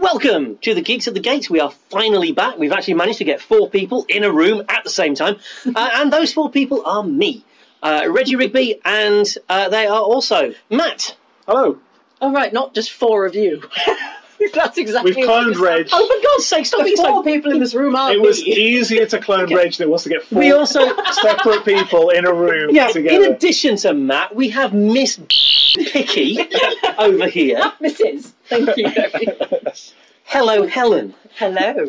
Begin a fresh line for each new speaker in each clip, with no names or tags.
Welcome to the Geeks at the Gates. We are finally back. We've actually managed to get four people in a room at the same time, uh, and those four people are me, uh, Reggie Rigby, and uh, they are also Matt.
Hello.
All right, not just four of you. That's exactly.
We've cloned
what
Reg.
Oh, for God's sake, stop
The
being
four
so.
people in this room are
It was
me.
easier to clone Reg than it was to get
We
four
also.
separate people in a room
Yeah, in
together.
addition to Matt, we have Miss Picky over here.
Mrs. Thank you. Very much.
Hello, Helen.
Hello.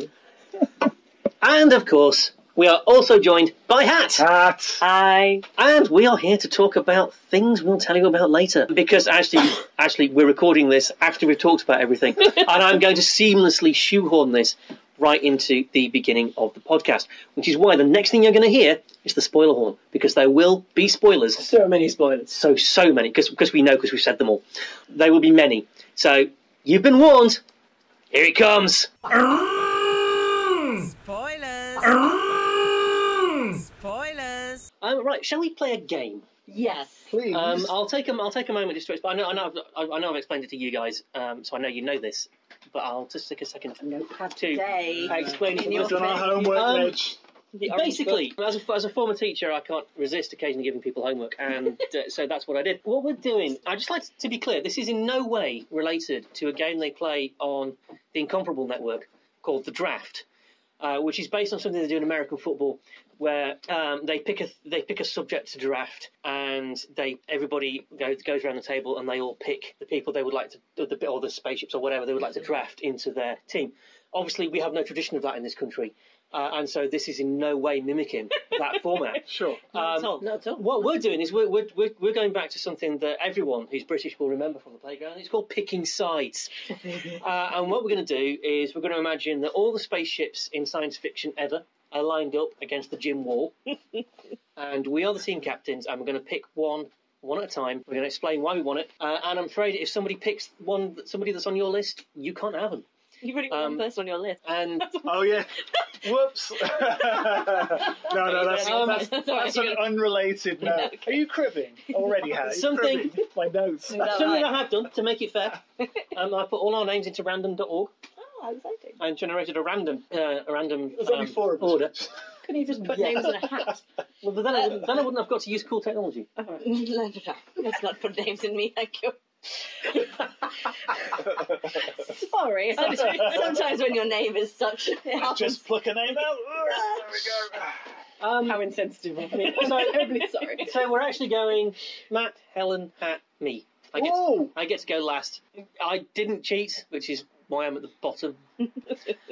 And of course, we are also joined by Hat.
Hat.
Uh, um,
Hi.
And we are here to talk about things we'll tell you about later. Because actually, actually, we're recording this after we've talked about everything, and I'm going to seamlessly shoehorn this right into the beginning of the podcast, which is why the next thing you're going to hear is the spoiler horn, because there will be spoilers.
So many spoilers.
So so many, because because we know because we've said them all. There will be many. So you've been warned. Here it comes.
Spoilers. Spoilers.
Um, right, shall we play a game?
Yes.
Please.
Um, I'll take a, I'll take a moment just to explain. I know, I know, I've, I know I've explained it to you guys, um, so I know you know this, but I'll just take a second
Notepad
to
today.
explain it.
In
We've
your
done our
face.
homework,
Um,
Reg.
Basically, as a, as a former teacher, I can't resist occasionally giving people homework, and uh, so that's what I did. What we're doing, I'd just like to be clear, this is in no way related to a game they play on the Incomparable Network called The Draft, uh, which is based on something they do in American football, where um, they pick a they pick a subject to draft, and they everybody goes goes around the table, and they all pick the people they would like to, the or the spaceships or whatever they would like to draft into their team. Obviously, we have no tradition of that in this country. Uh, and so this is in no way mimicking that format.
Sure.
Um,
Not at all.
What we're doing is we're, we're, we're, we're going back to something that everyone who's British will remember from the playground. It's called picking sides. uh, and what we're going to do is we're going to imagine that all the spaceships in science fiction ever are lined up against the gym wall. and we are the team captains, and we're going to pick one. One at a time. We're going to explain why we want it, uh, and I'm afraid if somebody picks one, somebody that's on your list, you can't have them.
You've already
got one Um,
person on your list.
And
Oh, yeah. Whoops. no, no, that's,
Um,
that's, that's an unrelated note. Are you cribbing already, Hat? Are you
Something-
cribbing? My notes.
No.
Something I have done to make it fair. um, I put all our names into random.org
Oh, exciting.
and generated a random, uh, a random
There's
um,
only four of us.
order.
Couldn't you just put
Yeah.
names in a hat?
Well, but then, I wouldn't, then I wouldn't have got to use cool technology.
Let's not put names in me, thank you. Sorry. Sometimes when your name is such, it happens.
Just pluck a name out. There
Um,
How insensitive of me.
So-
I'm terribly sorry.
so we're actually going Matt, Helen, Hat, me. I
we
get,
go. Whoa.
I get to go last. I didn't cheat, which is why I'm at the bottom.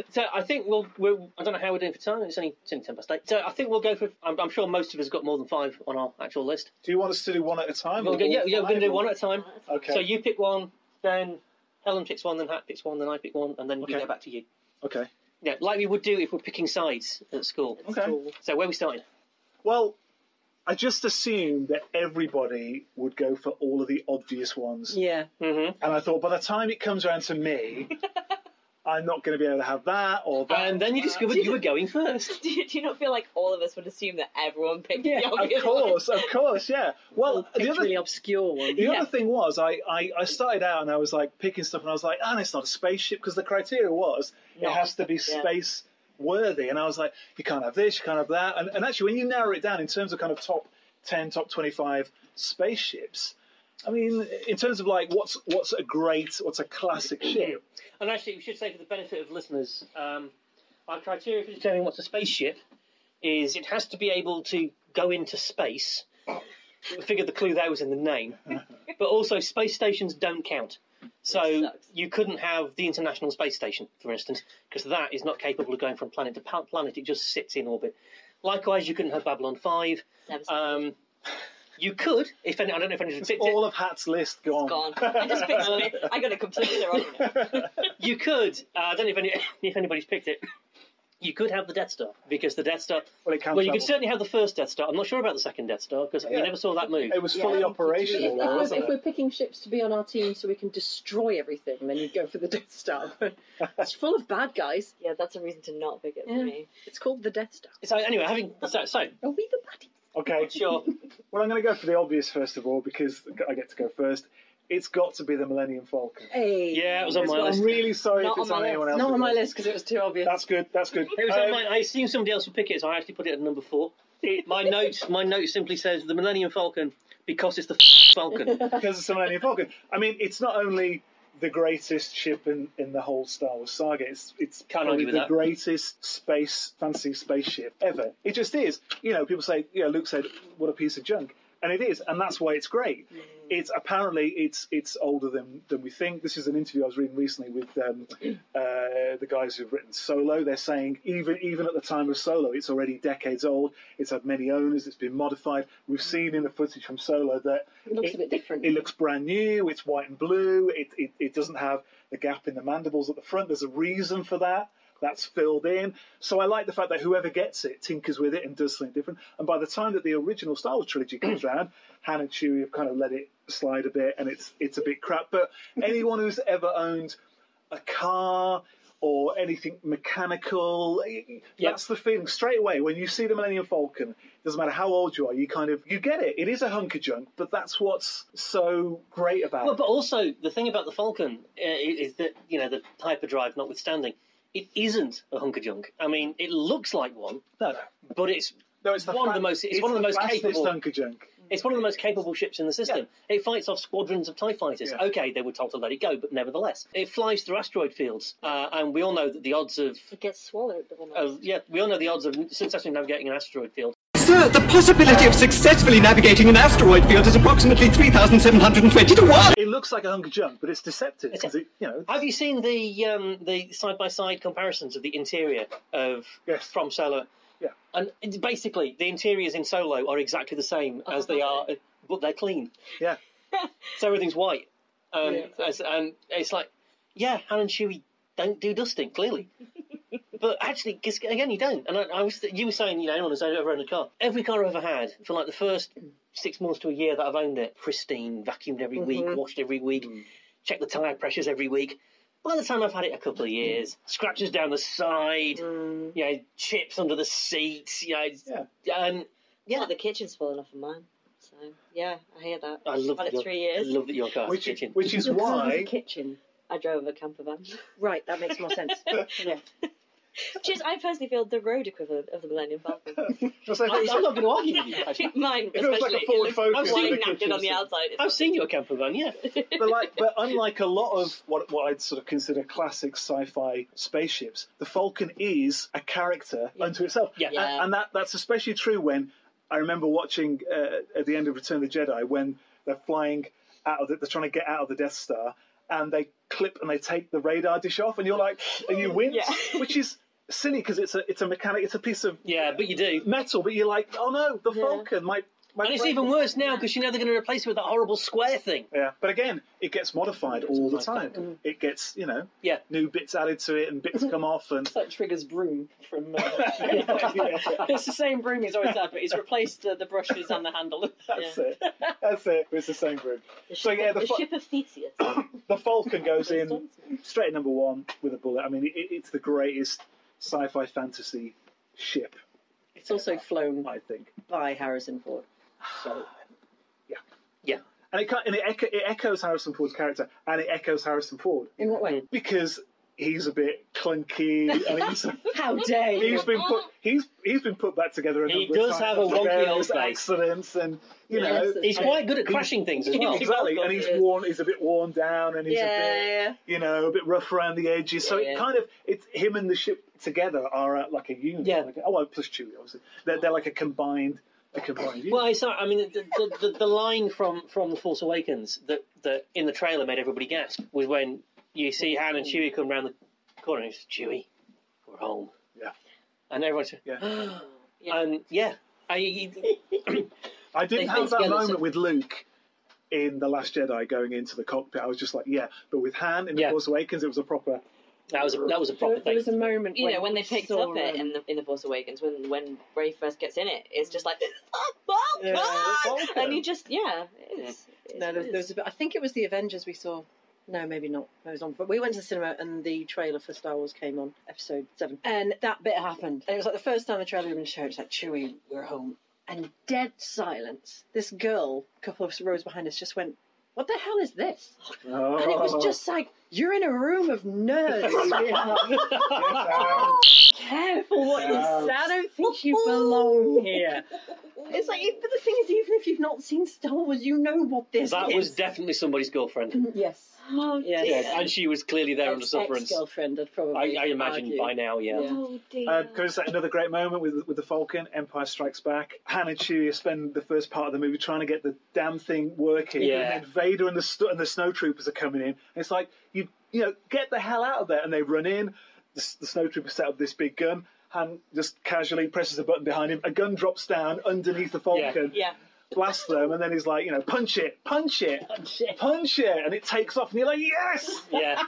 so I think we'll, we'll. I don't know how we're doing for time. It's only, it's only ten past eight. So I think we'll go for. I'm, I'm sure most of us got more than five on our actual list.
Do you want us to do one at a time?
We'll
or
go,
all
yeah, yeah, we're going to
five
do
or-
one at a time.
Okay.
So you pick one, then Helen picks one, then Hat picks one, then I pick one, and then we
Okay.
go back to you.
Okay.
Yeah, like we would do if we're picking sides at school.
Okay.
So where we started?
Well, I just assumed that everybody would go for all of the obvious ones.
Yeah.
Mm-hmm.
And I thought by the time it comes around to me, I'm not going to be able to have that or that.
And then you discovered
Uh,
you were going first.
do, you, do you not feel like all of us would assume that everyone picked
Yeah,
the
of
Of
obvious
course, of course, yeah. Well, the
Picked
other,
really obscure one.
the
yeah.
other thing was, I, I, I started out and I was like picking stuff and I was like, oh, it's not a spaceship because the criteria was it
No.
has to be
Yeah.
space worthy. And I was like, you can't have this, you can't have that. And, and actually, when you narrow it down in terms of kind of top 10, top 25 spaceships, I mean, in terms of like what's what's a great, what's a classic ship?
And actually, we should say for the benefit of listeners, um, our criteria for determining what's a spaceship is it has to be able to go into space. We figured the clue there was in the name, but also space stations don't count.
Which
So
sucks.
you couldn't have the International Space Station, for instance, because that is not capable of going from planet to pal- planet. It just sits in orbit. Likewise, you couldn't have Babylon Five.
one?
Um, you could, if any, I don't know if anyone's picked it.
All of Hat's list gone.
Gone. I just picked it. I got it completely wrong.
You could. Uh, I don't know if, any, if anybody's picked it. You could have the Death Star because the Death Star.
Well, it can
Well, you could
travel.
certainly have the first Death Star. I'm not sure about the second Death Star because we
Yeah.
never saw that move.
It was fully
Yeah.
operational,
If,
though,
we're,
wasn't it?
if we're picking ships to be on our team so we can destroy everything, then you go for the Death Star. it's full of bad guys.
Yeah, that's a reason to not pick it for
Yeah.
me.
It's called the Death Star.
So anyway, having so, so
Are we the baddies?
Okay.
sure.
Well, I'm going to go for the obvious first of all because I get to go first. it's got to be the Millennium Falcon.
Hey.
Yeah, it was on
It's
my
got-
list.
I'm really sorry
Not
if it's
on
on,
my
anyone
list.
else.
Not on my list because it was too obvious.
That's good. That's good.
It was
Um,
on mine. I assume somebody else would pick it, so I have to put it at number four. My note, my note simply says the Millennium Falcon because it's the f- Falcon.
because it's the Millennium Falcon. I mean, it's not only the greatest ship in, in the whole Star Wars saga. It's it's
Can't argue
probably
with
the
that.
greatest space fantasy spaceship ever. It just is. You know, people say, you know, Luke said, "What a piece of junk," and it is, and that's why it's great. It's apparently it's it's older than than we think. This is an interview I was reading recently with um, uh, the guys who've written Solo. They're saying even even at the time of Solo, it's already decades old. It's had many owners. It's been modified. We've seen in the footage from Solo that
It looks a bit different.
it looks brand new. It's white and blue. It, it, it doesn't have the gap in the mandibles at the front. There's a reason for that. That's filled in. So I like the fact that whoever gets it tinkers with it and does something different. And by the time that the original Star Wars trilogy comes around, Han and Chewie have kind of let it slide a bit, and it's it's a bit crap. But anyone who's ever owned a car or anything mechanical. That's the feeling straight away when you see the Millennium Falcon. Doesn't matter how old you are, you kind of you get it. It is a hunk of junk, but that's what's so great about
well,
it.
but also the thing about the Falcon uh, is that you know the hyperdrive, notwithstanding, it isn't a hunk of junk. I mean, it looks like one,
No, no,
but it's
no. It's the
One of the most- it's one of the most
fastest
capable-
hunk of junk.
It's one of the most capable ships in the system. It fights off squadrons of TIE fighters.
Yeah.
Okay, they were told to let it go, but nevertheless. It flies through asteroid fields, uh, and we all know that the odds of,
It gets swallowed. by
Uh,
the
of. Yeah, we all know the odds of successfully navigating an asteroid field.
Sir, the possibility of successfully navigating an asteroid field is approximately 3,720 to 1!
It looks like a hunk of junk, but it's deceptive because it, you know.
Have you seen the um, the side by side comparisons of the interior of
Yes.
from Solo?
Yeah.
And it's basically, the interiors in Solo are exactly the same as they are, but they're clean.
Uh-huh. Yeah.
So everything's white, um,
Yeah.
as- and it's like, yeah, Han and Chewie don't do dusting clearly, but actually, 'cause again, you don't. And I, I was, you were saying, you know, anyone who's ever owned a car, every car I've ever had for like the first six months to a year that I've owned it, pristine, vacuumed every
Mm-hmm.
week, washed every week,
Mm.
checked the tire pressures every week. By the time I've had it a couple
Mm.
of years, scratches down the side,
Mm.
you know, chips under the seat, you know, um, and
yeah, the kitchen's fallen off of mine. So yeah, I hear that.
I love
Had
that
it
your,
three years.
I love that your car's
Which,
kitchen.
which is
Looks like
why
there's a kitchen.
I drove a camper van.
Right, that makes more sense. yeah.
Which is, I personally feel the road equivalent of the Millennium Falcon.
I was like,
I, am not going to argue with you. Actually.
Mine,
It looks like a
especially.
Ford
it
Focus
looks
with a
really
kitchen
knackered on the
seat.
outside.
I've seen your camper van, yeah.
but like, but unlike a lot of what what I'd sort of consider classic sci-fi spaceships, the Falcon is a character unto itself.
Yeah.
A-
Yeah.
And, that that's especially true when I remember watching uh, at the end of Return of the Jedi when they're flying out of the, they're trying to get out of the Death Star and they clip and they take the radar dish off and you're like and
Oh,
you wince,
Yeah.
which is silly because it's a it's a mechanic, it's a piece of
Yeah, but you do.
metal, but you're like, oh no, the Falcon, my. my
And it's
friend-
even worse now because you know they're going to replace it with that horrible square thing.
yeah, but again, it gets modified all the time. It gets, you know,
Yeah.
new bits added to it and bits come off and
It's like Trigger's broom from. Uh,
Yeah, yeah,
it's the same broom he's always had, but he's replaced the, the brushes and the handle.
that's it that's it it's the same group
The
so
ship-
yeah the,
the
fa-
ship of Theseus.
the falcon goes in straight at number one with a bullet i mean it, it's the greatest sci-fi fantasy ship
It's also flown
i think
by Harrison Ford.
so
Yeah.
and it, can't- and it, echo, it echoes harrison ford's character and it echoes harrison ford
In what way?
because he's a bit clunky and he's
How dare you?
He's been put. He's he's been put back together. A
He
number
does
of times
have a
after
wonky
various
old face.
accidents, and you
Yes,
know
it's
He's quite good at crashing things as well.
exactly. And he's
Yes.
worn. He's a bit worn down, and he's a bit,
yeah.
you know, a bit rough around the edges. So
Yeah.
it kind of it's him and the ship together are uh, like a unit.
Yeah.
Like, oh, well, plus Chewie, obviously. They're, they're like a combined, a combined unit.
Well, it's not, I mean, the, the, the, the line from, from The Force Awakens that, that in the trailer made everybody gasp was when you see Han and Chewie come round the corner and it's Chewie, we're home.
Yeah.
And everyone's,
yeah.
Oh. Yeah.
and yeah. I,
I
they
didn't
fit together,
have that
so-
moment with Luke. In the Last Jedi, going into the cockpit, I was just like, "Yeah." But with Han in the
Yeah.
Force Awakens, it was a proper.
that was a, that was a proper
There, there
thing.
was a moment
you know when they
we
picked
saw
up it
him.
in the in the Force Awakens when when Ray first gets in it, it's just like
Yeah,
Falcon,
Falcon.
and you just yeah, it is. It
No, there was,
is.
there was a bit, I think it was the Avengers we saw. No, maybe not. That was on. But we went to the cinema and the trailer for Star Wars came on, episode seven. And that bit happened. And it was like the first time the trailer had been shown. It's like, Chewie, we're home. And dead silence. This girl, a couple of rows behind us, just went, what the hell is this?
Oh.
And it was just like, you're in a room of nerds. sweetheart. Careful what you say. I don't think you belong here. It's like, but the thing is, even if you've not seen Star Wars, you know what this
That
is.
was definitely somebody's girlfriend.
yes.
Oh,
Yeah.
dear.
Yeah, and she was clearly there under sufferance.
Ex-girlfriend, I'd
I,
probably.
I imagine
argue.
by now, yeah.
Yeah.
Oh, dear.
Uh, goes that another great moment with with the Falcon, Empire Strikes Back. Han and Chewie spend the first part of the movie trying to get the damn thing working,
Yeah.
and then Vader and the st- and the snowtroopers are coming in. And it's like you you know get the hell out of there, and they run in. The, s- the snowtroopers set up this big gun. Han just casually presses a button behind him. A gun drops down underneath the Falcon,
Yeah.
blasts them, and then he's like, you know, punch it, punch it, punch it, and it takes off. And you're like, yes,
Yeah.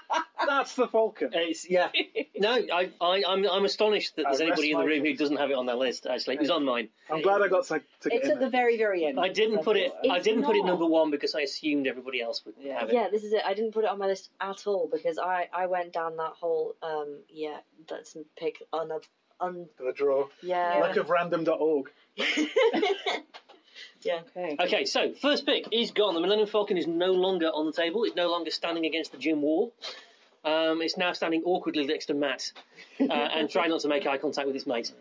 that's the Falcon.
It's, yeah. No, I, I, I'm, I'm astonished that there's
I rest
anybody in the
my
room who
case.
doesn't have it on their list. Actually, it was on mine.
I'm glad I got to, to get
It's
in
at the
there.
very, very end.
I didn't put it. I
It's
didn't put it
not.
number one because I assumed everybody else would
Yeah.
have it.
yeah, this is it. I didn't put it on my list at all because I, I went down that whole, um, yeah, let's pick on a, un,
The draw.
yeah.
Lack of random.org.
Okay.
Okay, so first pick is gone. The Millennium Falcon is no longer on the table. It's no longer standing against the gym wall. Um, it's now standing awkwardly next to Matt uh, and trying not to make eye contact with his mate.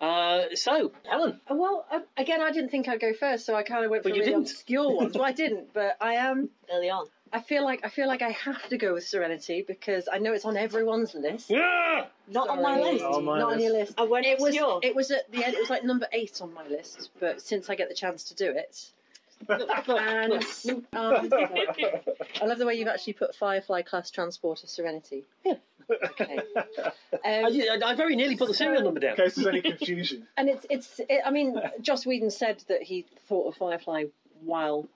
Uh, so, Helen,
Uh, Well, uh, again, I didn't think I'd go first, so I kind of went for
But you
really
didn't.
obscure ones. well, I didn't, but I am.
early on.
I feel like I feel like I have to go with Serenity because I know it's on everyone's list.
Not on my
Sorry.
list.
Oh, my
Not on your list.
I went
It was
obscure.
it was at the end. It was like number eight on my list, but since I get the chance to do it,
Oh,
and um, I love the way you've actually put Firefly class transporter Serenity. Okay.
I,
Um,
I- I very nearly put the serial number down.
In case there's any confusion.
and it's it's. It, I mean, Joss Whedon said that he thought of Firefly while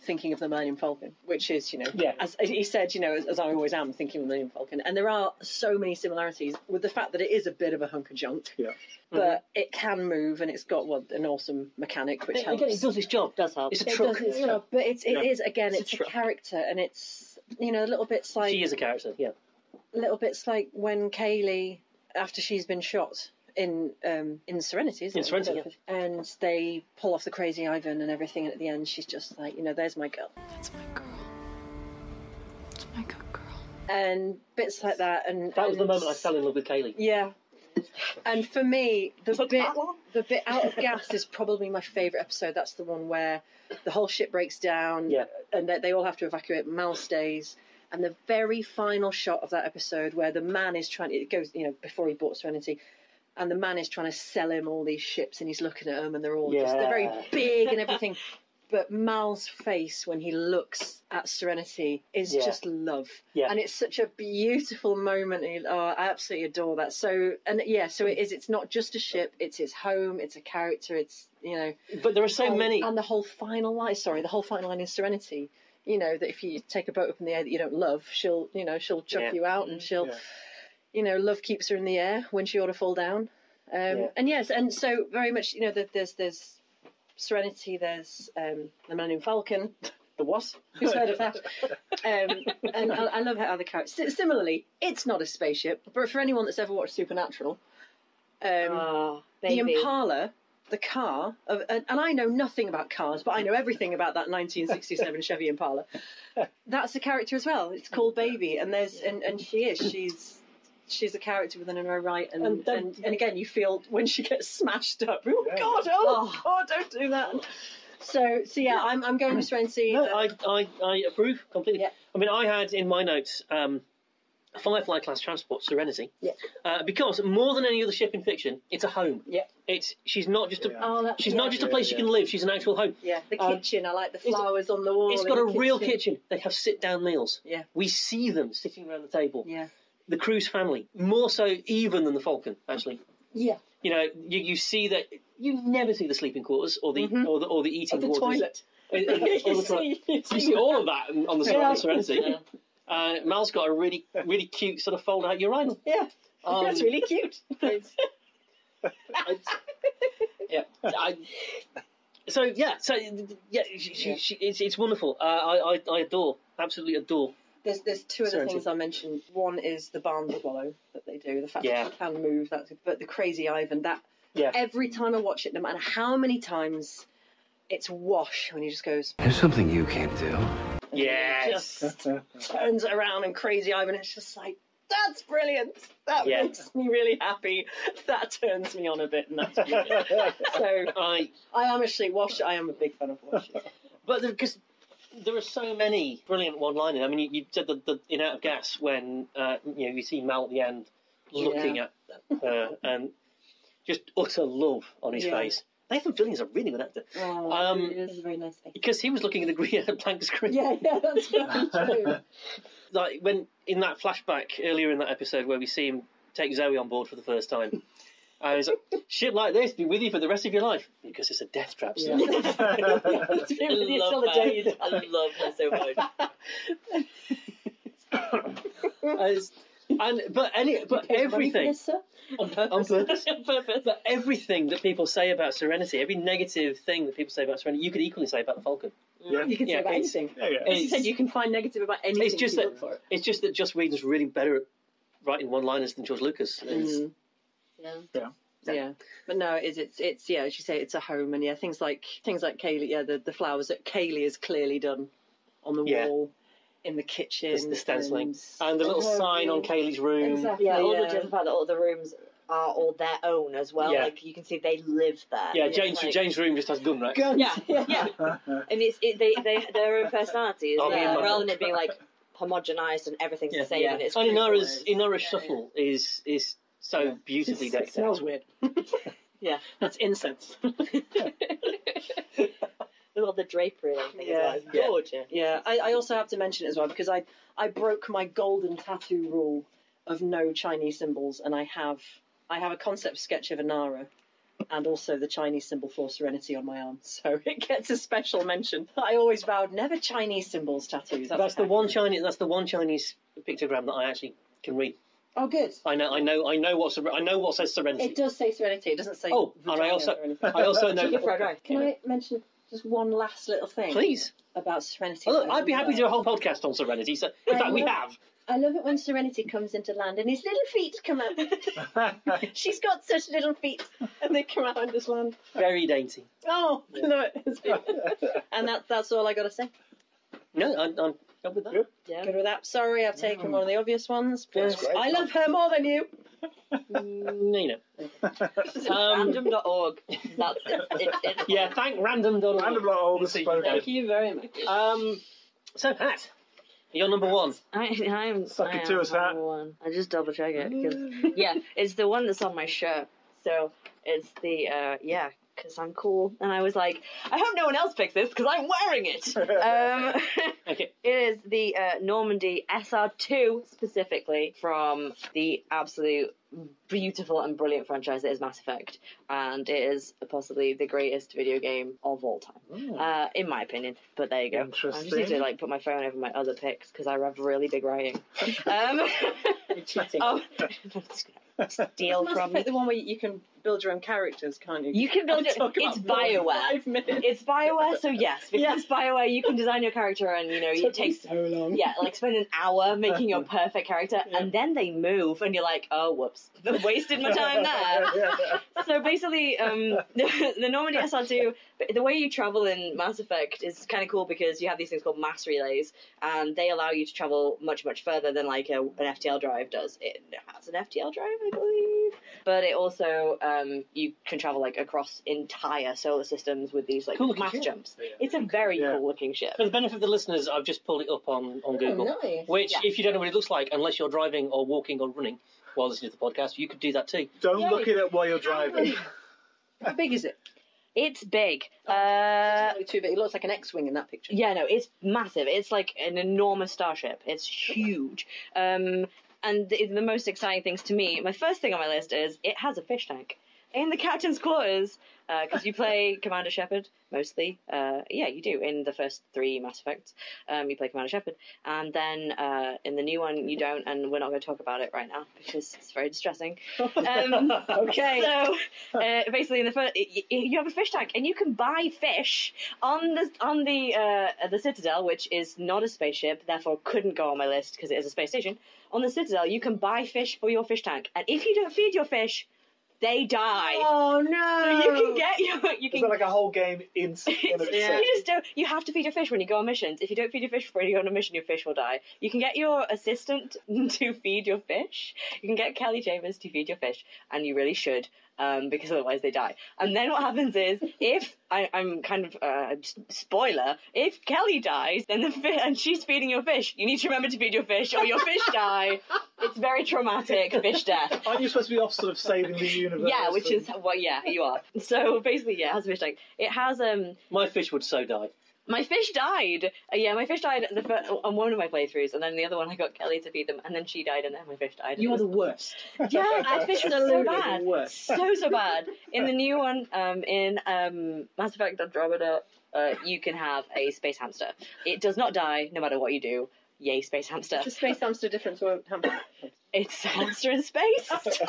thinking of the Millennium Falcon, which is you know,
Yeah.
as as he said, you know, as, as I always am thinking of the Millennium Falcon, and there are so many similarities with the fact that it is a bit of a hunk of junk.
Yeah.
But
Mm-hmm.
it can move, and it's got well, an awesome mechanic which helps.
Again, it does its job.
does help.
It's a
It
truck.
does, it's not, but it's it is
Yeah.
again.
It's a
It's, a,
truck.
character, and it's you know little bits like
She is a character. Yeah.
little bits like when Kaylee, after she's been shot in um in Serenity, isn't
In
it?
Serenity, yeah.
and they pull off the crazy Ivan and everything, and at the end she's just like, you know, there's my girl,
That's my girl. That's my good girl.
and bits like that, and
That was the
and-
moment I fell in love with Kaylee.
Yeah. And for me, the
Took
bit
that long?
the bit out of gas is probably my favourite episode. That's the one where the whole ship breaks down,
Yeah.
and they, they all have to evacuate. Mal stays, and the very final shot of that episode where the man is trying. It goes, you know, before he bought Serenity. And the man is trying to sell him all these ships, and he's looking at them, and they're all just they're very
Yeah.
big and everything. But Mal's face when he looks at Serenity is
Yeah.
just love.
Yeah.
And it's such a beautiful moment. and, Oh, I absolutely adore that. So, and yeah, so it is. It's not just a ship, it's his home, it's a character, it's, you know.
But there are so
and-
many.
Oh, And the whole final line, sorry, the whole final line in Serenity, you know, that if you take a boat up in the air that you don't love, she'll, you know, she'll chuck
Yeah.
you out and she'll,
Yeah.
you know, love keeps her in the air when she ought to fall down. Um,
Yeah.
And yes, and so very much, you know, that there's, there's, Serenity, there's um, the Millennium Falcon, the Wasp. Who's heard of that? um, and I, I love how the characters. si- Similarly, it's not a spaceship, but for anyone that's ever watched Supernatural,
Oh,
um,
Ah,
the
baby.
Impala, the car, of, and, and I know nothing about cars, but I know everything about that 1967 Chevy Impala. That's a character as well. It's called Baby, and there's and, and she is she's. She's a character within her own right, and
And
and,
don't-
and again, you feel when she gets smashed up. Oh
Yeah.
God! Oh, God! Don't do that. So, so yeah, I'm I'm going with Serenity.
No, I, I, I approve completely.
Yeah.
I mean, I had in my notes um, Firefly class transport Serenity.
Yeah.
Uh, because more than any other ship in fiction, it's a home.
Yeah.
It's she's not just a
Yeah.
Oh, that's
she's
yeah.
not just a
Yeah,
place
yeah.
you can live. She's an actual home.
Yeah, the
Um,
kitchen. I like the
it-
flowers on the wall.
It's
in
got a
the
real kitchen. They have sit down meals.
Yeah.
We see them sitting around the table.
Yeah,
The cruise family more so even than the Falcon actually.
yeah.
You know, you, you see that you never see the sleeping quarters or the or the or Mm-hmm. the eating
the
quarters.
toilet.
Uh, uh, or the toilet. You see all of that on- on the yeah. Serenity. Uh, Mal's got a really, really cute sort of fold out urinal.
Yeah,
Um,
that's really cute.
Yeah. I, so yeah, so yeah, she, she,
Yeah.
She, it's, it's wonderful. Uh, I, I I adore, absolutely adore.
There's there's two other
Serenity.
things I mentioned. One is the barn swallow that they do. The fact
Yeah.
that she can move. That's but the crazy Ivan. That
Yeah.
every time I watch it, no matter how many times, it's wash when he just goes.
There's something you can't do.
And it
Yes.
Just turns around and crazy Ivan. It's just like, that's brilliant. That
Yeah.
makes me really happy. That turns me on a bit, and that's brilliant. so
I
I am actually Wash. I am a big fan of Wash.
But because there are so many brilliant one-liners. I mean, you, you said the, the in Out of Gas when uh, you know you see Mal at the end looking at her and just utter love on his
Yeah.
face. Nathan Fillion's a really good actor
Oh,
Um,
it is a very nice thing.
because he was looking at the green blank screen.
Yeah, yeah, that's very true.
Like when in that flashback earlier in that episode where we see him take Zoe on board for the first time. And he's like, shit like this be with you for the rest of your life because it's a death trap. son.
It's
I
really
love
solidarity.
her. I love her so much.
As- and but any but everything
on purpose.
on purpose.
On purpose.
But everything that people say about Serenity, every negative thing that people say about Serenity, you could equally say about the Falcon.
Yeah.
You can say
Yeah,
about
it's-
anything.
Yeah, yeah.
As you said, you can find negative about anything.
It's just
if you
that
look for it.
it's just that Joss Whedon's really better at writing one-liners than George Lucas. It's-
Mm,
Yeah.
Yeah.
yeah, but no, it's it's it's yeah, as you say, it's a home, and yeah, things like things like Kaylee, yeah, the, the flowers that Kaylee has clearly done on the
Yeah.
wall, in the kitchen,
It's the stenciling.
and,
And the little
Oh,
sign on
yeah.
Kaylee's room.
Exactly.
Yeah, all
Yeah.
the justified that all the rooms are all their own as well.
Yeah.
Like you can see they live there.
Yeah,
It's
Jane's,
like-
Jane's room just has gun racks.
yeah, yeah, yeah.
And it's it, they they their own personality is
Oh,
there,
yeah.
rather than it being like homogenized and everything's
Yeah.
the same
Yeah.
and it's
And Inara's,
colours.
Inara's
Yeah,
shuttle is is so beautifully
It
decked
smells
out.
weird.
Yeah.
that's incense.
with all the drapery and everything
Yeah.
as well. It's
Yeah.
gorgeous.
Yeah, I, I also have to mention it as well because I I broke my golden tattoo rule of no Chinese symbols, and I have I have a concept sketch of Anara and also the Chinese symbol for serenity on my arm, so it gets a special mention. I always vowed never Chinese symbols tattoos.
That's the
okay.
one Chinese. That's the one Chinese pictogram that I actually can read.
Oh, good.
I know, I know, I know what Ser- I know what says Serenity.
It does say serenity. It doesn't say.
Oh, and I
vagina
also-
or anything.
I also know.
Chicken fried rice.
Can I mention just one last little thing
Please,
about serenity?
Oh, look, I'd be happy to do a
I
whole podcast on Serenity. So, in fact, we have.
love it when serenity comes into land and his little feet come out. She's got such little feet, and they come out and just land.
Very dainty.
Oh, no, it's and that, that's all I got to say.
No, I'm, I'm up with that.
Good.
Yeah.
Good with that. Sorry, I've taken one of the obvious ones.
That's
but
great.
I love her more than you.
Mm, you know. Um,
Random.org. That's it. it, it
yeah, thank random Donald.
Random lot all the spoken.
Thank you very much.
Um, so Pat, you're number one.
I, I'm
Suck it
I
to
am
us, Hat.
number One. I just double check it 'cause- yeah, it's the one that's on my shirt. So it's the uh, yeah, because I'm cool. And I was like, I hope no one else picks this because I'm wearing it. um,
Okay.
it is the uh, Normandy SR2 specifically from the absolute beautiful and brilliant franchise that is Mass Effect, and it is possibly the greatest video game of all time uh, in my opinion. But there you go. I just need
Hmm. Interesting.
to like put my phone over my other pics because I have really big writing. Um,
cheating.
oh, I'm just gonna steal
Mass
from
Effect, the one where you can build your own characters, can't you?
you can build it. It's Bioware.
Five minutes.
It's Bioware, so yes, because Bioware, you can design your character, and you know it takes
so long.
yeah, like spend an hour making your perfect character, and then they move, and you're like, oh, whoops, wasted my time there. so basically, um, the, the Normandy SR2, the way you travel in Mass Effect is kind of cool because you have these things called mass relays, and they allow you to travel much, much further than like a, an FTL drive does. It has an FTL drive, I believe, but it also um, you can travel like across entire solar systems with these like
Cool looking
mass
ship.
jumps. It's a very
Yeah.
cool looking ship.
For the benefit of the listeners, I've just pulled it up on, on Google.
Oh, nice.
Which,
Yeah.
if you don't know what it looks like, unless you're driving or walking or running while listening to the podcast, you could do that too.
Don't
Yeah.
look at it while you're driving.
How big is it?
It's big.
Oh,
Uh,
It's only two, but it looks like an X-wing in that picture.
Yeah, no, it's massive. It's like an enormous starship. It's huge. Um, and the, the most exciting things to me, my first thing on my list is it has a fish tank in the captain's quarters because you play Commander Shepard mostly. Uh, yeah, you do in the first three Mass Effects. Um, you play Commander Shepard, and then uh, in the new one you don't, and we're not going to talk about it right now because it's very distressing. Um,
Okay.
so uh, basically, in the first, y- y- you have a fish tank, and you can buy fish on the on the uh, the Citadel, which is not a spaceship, therefore couldn't go on my list because it is a space station. On the Citadel, you can buy fish for your fish tank, and if you don't feed your fish, they die.
Oh
So
no!
you can get your you can
Is that like a whole game in? in
It's-
itself?
You just don't. You have to feed your fish when you go on missions. If you don't feed your fish before you go on a mission, your fish will die. You can get your assistant to feed your fish. You can get Kelly James to feed your fish, and you really should, um, because otherwise they die. And then what happens is, if I, I'm kind of uh, s- spoiler, if Kelly dies, then the fi- and she's feeding your fish, you need to remember to feed your fish, or your fish die. It's very traumatic fish death.
Aren't you supposed to be off sort of saving the universe?
Yeah, which is
and-
well, yeah, you are. So basically, yeah, it has a fish tank. It has um
My fish would so die.
my fish died. Uh, yeah, my fish died at the fir- on one of my playthroughs, and then the other one I got Kelly to feed them, and then she died, and then my fish died.
You are
It
the
was-
worst.
yeah, my fish was so
Absolutely
bad,
the worst.
so so bad. In the new one, um, in um, Mass Effect Andromeda, uh, you can have a space hamster. It does not die no matter what you do. Yay, space hamster!
The space hamster difference won't happen.
It's a hamster in space.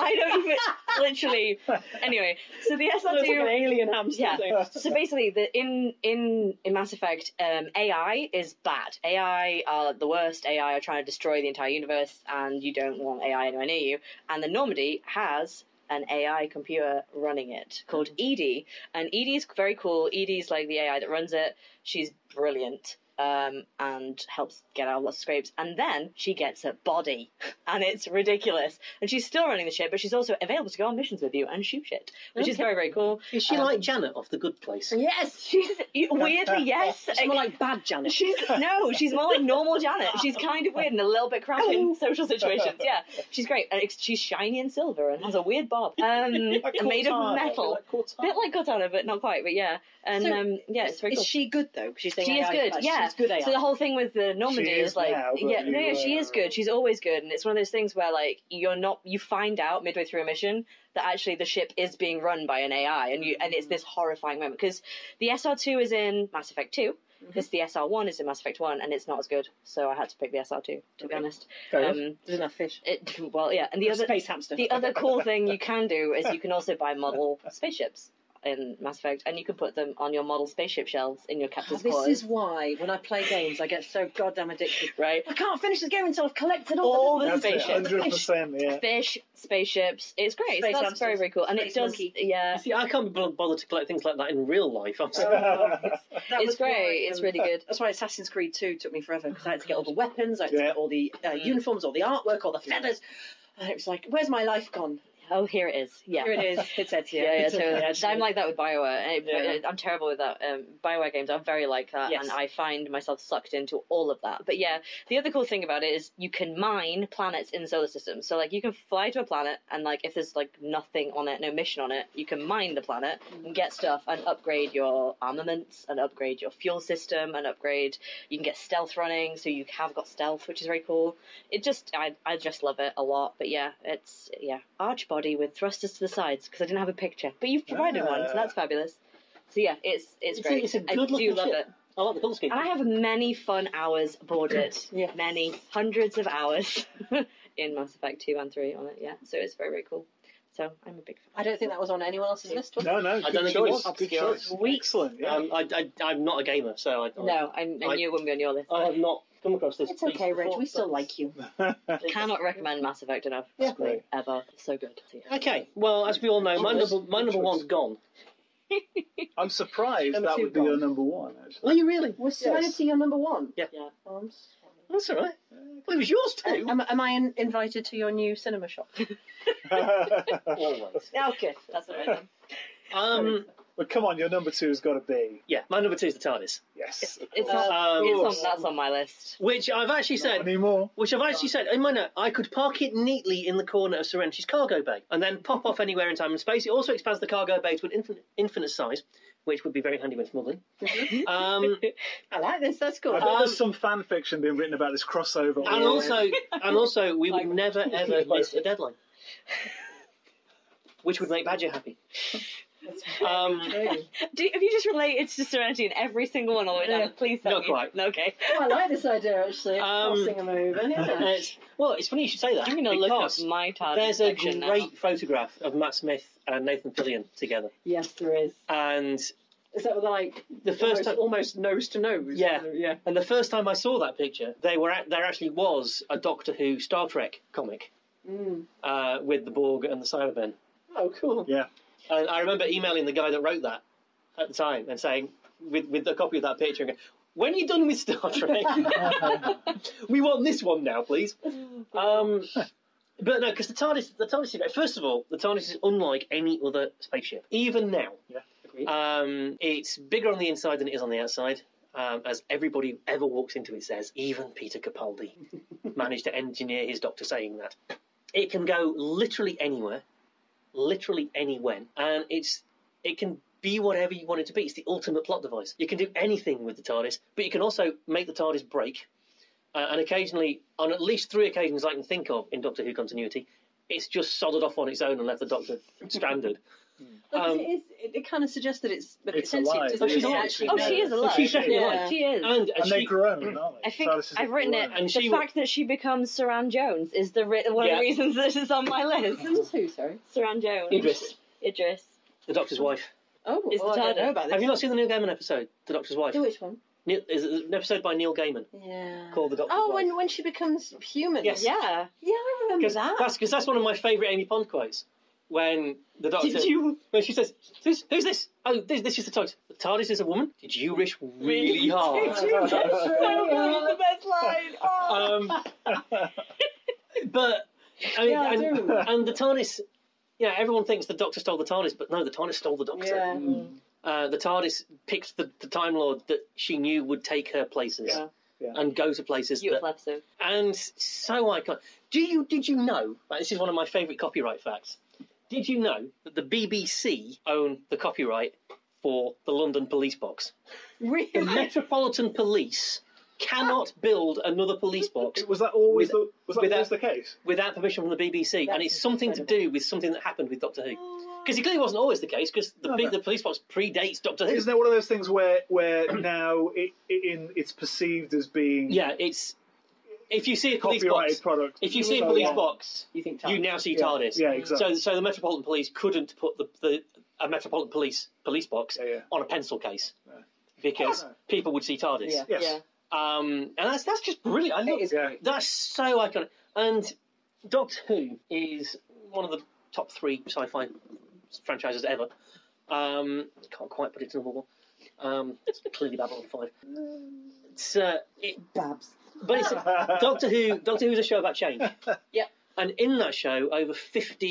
I don't even literally. Anyway, so the
It's like
SRT
an alien hamster.
Yeah.
thing.
so basically, the in in in Mass Effect, um, AI is bad. AI are the worst. AI are trying to destroy the entire universe, and you don't want AI anywhere near you. And the Normandy has an AI computer running it called Edie, and Edie's very cool. Edie's like the AI that runs it. She's brilliant. Um, and helps get out of lots of scrapes, and then she gets a body, and it's ridiculous. And she's still running the ship, but she's also available to go on missions with you and shoot shit, which is
Okay.
very very cool.
Is she
Um,
like Janet off The Good Place?
Yes, she's weirdly yes.
It's more like bad Janet.
she's no, she's more like normal Janet. She's kind of weird and a little bit crap in social situations. Yeah, she's great. And it's- she's shiny and silver and has a weird bob, um, and
Like
made of
Cortana,
metal.
like Cortana.
bit like Cortana, but not quite. But yeah, and
So,
um, yeah, it's very
Is
cool.
she good though? 'Cause She's saying
She is
AI
good,
bad.
yeah.
She's good AI.
So the whole thing with the Normandy
She
is,
is
like,
now, but
yeah, no,
you uh,
no, she
were-
is good. She's always good, and it's one of those things where like you're not, you find out midway through a mission that actually the ship is being run by an AI, and you, and
Mm.
it's this horrifying moment because the SR two is in Mass Effect two.
Mm-hmm.
Because the SR one is in Mass Effect one and it's not as good, so I had to pick the SR two to be honest.
Oh,
Um,
doesn't have fish.
it, well, yeah, and the other
space hamster.
the other cool thing you can do is you can also buy model spaceships in Mass Effect, and you can put them on your model spaceship shelves in your captain's
this
quarters.
is why when I play games I get so goddamn addicted.
right?
I can't finish the game until I've collected all,
All
the
the
That's it,
spaceships.
100%, yeah.
Fish, spaceships. It's great.
Space
so that's
hamsters.
very, very cool. And
Space
it does,
monkey.
yeah.
See, I can't be bothered to collect things like that in real life. I'm sorry.
That
It's
was why,
great. It's
um,
really good.
That's why Assassin's Creed 2 took me forever because I had to get all the weapons, I had to
Yeah.
get all the uh, uniforms, all the artwork, all the feathers. And it was like, where's my life gone?
Oh, here it is. Yeah.
Here it is. It's Ed here.
Yeah, yeah,
It's
totally.
okay, actually.
I'm like that with Bioware. I-
Yeah.
I'm terrible with that. Um, Bioware games are very like that,
Yes.
and I find myself sucked into all of that. But yeah, the other cool thing about it is you can mine planets in the solar system. So like you can fly to a planet, and like if there's like nothing on it, no mission on it, you can mine the planet and get stuff and upgrade your armaments and upgrade your fuel system and upgrade. You can get stealth running, so you have got stealth, which is very cool. It just, I, I just love it a lot. But yeah, it's yeah, arch body with thrusters to the sides because I didn't have a picture, but you've provided one, so that's fabulous. So yeah, it's
Ah. It's
it's,
a-
great.
it's a
I
good-looking
do love
ship.
it.
I like the colour scheme.
And I have many fun hours aboard it.
Yeah.
Many hundreds of hours in Mass Effect two and three on it. Yeah, so it's very very cool. So I'm a big fan.
I don't think that was on anyone else's list. Was it?
No, no,
don't
good
think it
choice.
was
Good
obscure.
choice. Excellent, yeah.
Um, I, I, I'm not a gamer, so I,
No, I, I
Oh, I-
knew it wouldn't be on your list.
I have not come across this.
It's
piece
okay, Reg.
before,
We still
but-
like you.
Um,
Cannot recommend Mass Effect enough.
Yeah.
Great.
Ever so good. So, yeah.
Okay, well, as we all know, my number, my number one's gone.
I'm surprised
Number
that
two
would be your
gone.
number one, actually.
Are you really?
Was Serenity your number one?
Yeah.
Yeah.
Oh, I'm s-
That's all right. Well, it was yours too.
Am, am I in, invited to your new cinema shop?
Always.
okay.
That's all right then.
Um,
but come on, your number two has got to be.
yeah, my number two is the TARDIS,
Yes. of
It's
course.
on,
Um,
it's on, that's on my list.
which I've actually
Not
said.
anymore.
Which I've actually said in my note, I could park it neatly in the corner of Serenity's cargo bay and then pop off anywhere in time and space. It also expands the cargo bay to an infinite, infinite size, which would be very handy when smuggling.
Mm-hmm.
um,
I like this. That's cool.
I bet
Um,
there's some fan fiction being written about this crossover.
and also, and also, we would
Like-
never ever miss a deadline, which would make Badger happy. Um,
Do, have you just related to Serenity in every single one all the way down?
Yeah.
Please tell
Not
me.
quite.
No, Okay.
Oh, I like this idea actually.
Um,
Crossing a move.
and
Yeah.
it's- well, it's funny you should say that.
I'm going to look up
because
my TARDIS
There's a great
section now.
photograph of Matt Smith and Nathan Fillion together,
yes, there is.
and
Is that like
the first
almost,
time.
almost nose to nose?
Yeah.
yeah.
And the first time I saw that picture, they were at, there actually was a Doctor Who Star Trek comic
Mm.
uh, with the Borg and the Cybermen. oh, cool.
Yeah.
And I remember emailing the guy that wrote that at the time and saying, with, with a copy of that picture, and going, when are you done with Star Trek? we want this one now, please. Um, but no, because the TARDIS, the TARDIS, is- first of all, the TARDIS is unlike any other spaceship, even now.
Yeah.
Um, it's bigger on the inside than it is on the outside, um, as everybody who ever walks into it says. Even Peter Capaldi managed to engineer his doctor saying that. It can go literally anywhere, literally anywhen, and it's it can be whatever you want it to be. It's the ultimate plot device. You can do anything with the TARDIS, but you can also make the TARDIS break. Uh, and occasionally, on at least three occasions I can think of in Doctor Who continuity, it's just sodded off on its own and left the Doctor stranded.
Because
Um,
it is. It, it kind of suggests that it's, but
It's
essentially,
alive.
it
Oh,
doesn't
she's
really
alive.
actually.
Oh,
know.
she is alive.
She's definitely
Yeah.
alive.
She is.
And,
And
she,
they've grown, aren't they?
I think
TARDIS is
I've written it.
grown.
And
the
she-
fact that she becomes Saran Jones is the ri- one of
Yeah.
the reasons this is on my list.
Who's who? Sorry.
Saran Jones.
Idris,
Idris.
the Doctor's wife.
Oh,
Is
well,
the
I don't
TARDIS-
know about this.
Have you not seen the Neil Gaiman episode, The Doctor's Wife?
Do which one?
Neil, is it an episode by Neil Gaiman
Yeah.
called The Doctor's
Oh,
Wife.
when when she becomes human.
Yes.
Yeah.
Yeah, I remember
Because
that.
that's, 'cause that's one of my favourite Amy Pond quotes. When the doctor,
Did you?
when she says, "Who's, who's this? Oh, this, this is the TARDIS. The TARDIS is a woman. Did you wish really hard?"
Did you? That's so good.
Yeah.
It's the best line. Oh.
um, but I mean,
Yeah, I do
and,
remember.
and the TARDIS. Yeah, everyone thinks the Doctor stole the TARDIS, but no, the TARDIS stole the Doctor.
Yeah.
Uh, the TARDIS picked the, the Time Lord that she knew would take her places
Yeah.
Yeah.
and go to places that
Beautiful episode.
and so iconic. Do you did you know? Like, this is one of my favourite copyright facts. Did you know that the BBC own the copyright for the London Police Box?
Really?
The Metropolitan Police cannot build another police box
It- Was that
With-
always the, was that
with
always
that-
the case?
without permission from the BBC, and
That's
it's something to do with something that happened with Doctor Who. Because it clearly wasn't always the case, because the,
No,
big
no.
the police box predates Doctor Who.
Isn't there one of those things where where now it, it in it's perceived as being
Yeah, it's if you see a police box,
copyrighted product?
if you see a
So,
police
yeah.
box,
You think
you now see
Yeah,
TARDIS.
yeah, exactly.
So, so the Metropolitan Police couldn't put the, the a Metropolitan Police police box
Yeah, yeah.
on a pencil case because
Yeah.
people would see TARDIS.
Yeah.
Yes.
Yeah.
Um, and that's that's just brilliant. I love
It is
Yeah.
great.
that's so iconic. And Doctor Who is one of the top three sci-fi franchises ever. Um, can't quite put it to number one. Um, it's clearly Babylon Five. It's, uh, it,
Babs.
but it's Doctor Who. Doctor Who is a show about change.
Yeah.
And in that show, over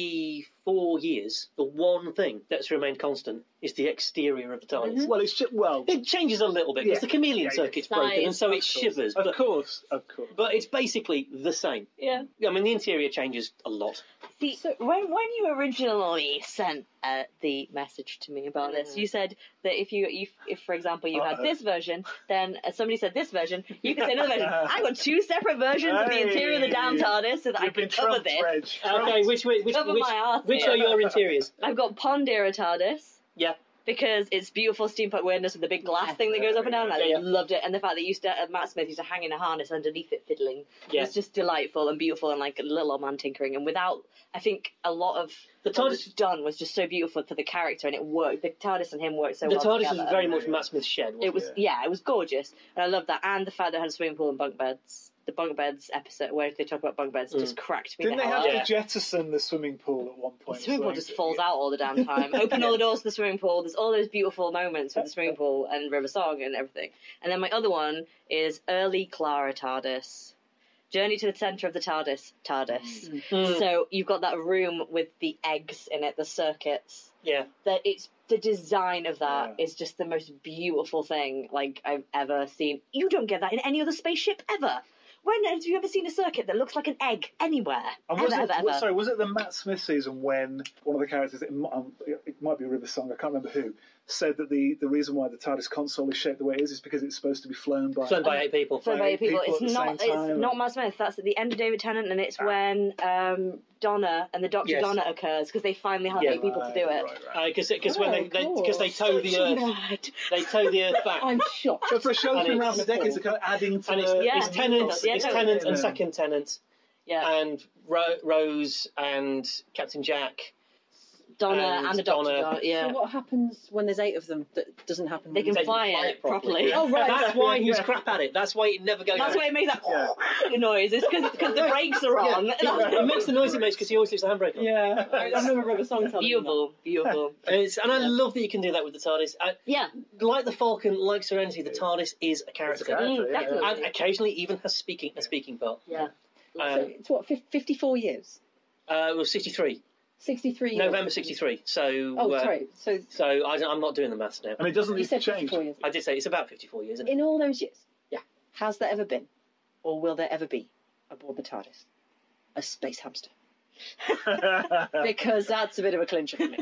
fifty-four years, the one thing that's remained constant is the exterior of the TARDIS.
Well, it's just, well,
It changes a little bit because
Yeah.
the chameleon
Yeah, yeah.
circuit's
Size,
broken, and so
of
it shivers.
of
But,
course, of course.
but it's basically the same.
Yeah.
I mean, the interior changes a lot.
See, when when you originally sent uh, the message to me about this,
Mm.
you said that if you if, if for example
Oh,
you
uh,
had
Uh-oh.
this version, then uh, somebody said this version, you could say another version. I got two separate versions of the interior of the down
Hey.
TARDIS so that I
You've been
could cover
trumped,
this.
Reg.
Okay, which which which,
Cover
which,
my arse
which
here.
are your interiors?
I've got Pondera TARDIS.
Yeah.
Because it's beautiful steampunk weirdness with the big glass thing that goes up and down. I
Yeah, yeah.
loved it, and the fact that you used to, uh, Matt Smith used to hang in a harness underneath it fiddling.
Yeah.
It's just delightful and beautiful and like a little old man tinkering. And without, I think a lot of
The
what was
TARDIS,
done was just so beautiful for the character, and it worked. The TARDIS and him worked so
the
well
TARDIS
together.
was very much Matt Smith's shed. wasn't
It was yeah. it was gorgeous, and I loved that. And the fact that it had a swimming pool and bunk beds. The bunk beds episode where they talk about bunk beds just
Mm.
cracked me.
Didn't
the
they
hell
have
up.
Yeah.
to jettison the swimming pool at one
The
point?
swimming pool
or
just
something?
falls out all the damn time. Open all the doors to the swimming pool. There's all those beautiful moments with the swimming pool and River Song and everything. And then my other one is early Clara TARDIS. Journey to the centre of the TARDIS. TARDIS.
Mm,
So you've got that room with the eggs in it, the circuits.
yeah,
That it's the design of that is
Yeah.
just the most beautiful thing like I've ever seen. You don't get that in any other spaceship ever. When have you ever seen a circuit that looks like an egg anywhere?
And
Ever,
was
ever,
it,
ever.
was, sorry, was it the Matt Smith season when one of the characters, it, mi- um, it it might be River Song, I can't remember who, said that the, the reason why the TARDIS console is shaped the way it is is because it's supposed to be flown
Mm.
by.
flown Hmm. by eight people.
So
by
many
eight
people.
people
It's
at the
not.
same
It's
time.
not Matt Smith. That's at the end of David Tennant, and it's when um, Donna and the Doctor
Yes.
Donna occurs because they finally have
Yeah.
eight people to do
Right,
it.
right, right.
Because because Uh, when
Oh,
they
cool.
because they tow the earth
Mad.
they tow the earth back.
I'm shocked.
So for a show that's been around for decades, they're kind of adding to
and it's,
the.
Yeah.
it's tenant,
Yeah,
it's
no,
tenant, and
yeah.
second tenant,
Yeah.
and Ro- Rose and Captain Jack
Donna
And
and, the Doctor.
Donna.
Donna. Yeah,
So what happens when there's eight of them that doesn't happen?
they
when
can
there's eight?
fly it properly.
Yeah.
Oh, right.
That's why he was
Yeah.
crap at it. That's why it never goes.
That's why it makes that noise. It's because the
Yeah.
brakes are on.
it makes the noise it makes because he always leaves the handbrake on.
Yeah.
I remember Rubber Song telling me
Beautiful, beautiful.
It's, and I love that you can do that with the TARDIS. I,
Yeah,
like the Falcon, like Serenity, the TARDIS is a character,
character.
mm,
yeah.
definitely.
and occasionally even has speaking a speaking part.
yeah.
that. So
Um,
it's what fif- fifty-four years,
uh, it was sixty three,
sixty-three. years.
November sixty three. So,
Oh,
uh,
sorry. So
so I, am not doing the maths now.
I mean, doesn't
you
this
said
change?
fifty-four years.
I did say it's about fifty four years. Isn't it?
In all those years,
Yeah.
has there ever been, or will there ever be, aboard the TARDIS, a space hamster? Because that's a bit of a clincher for me.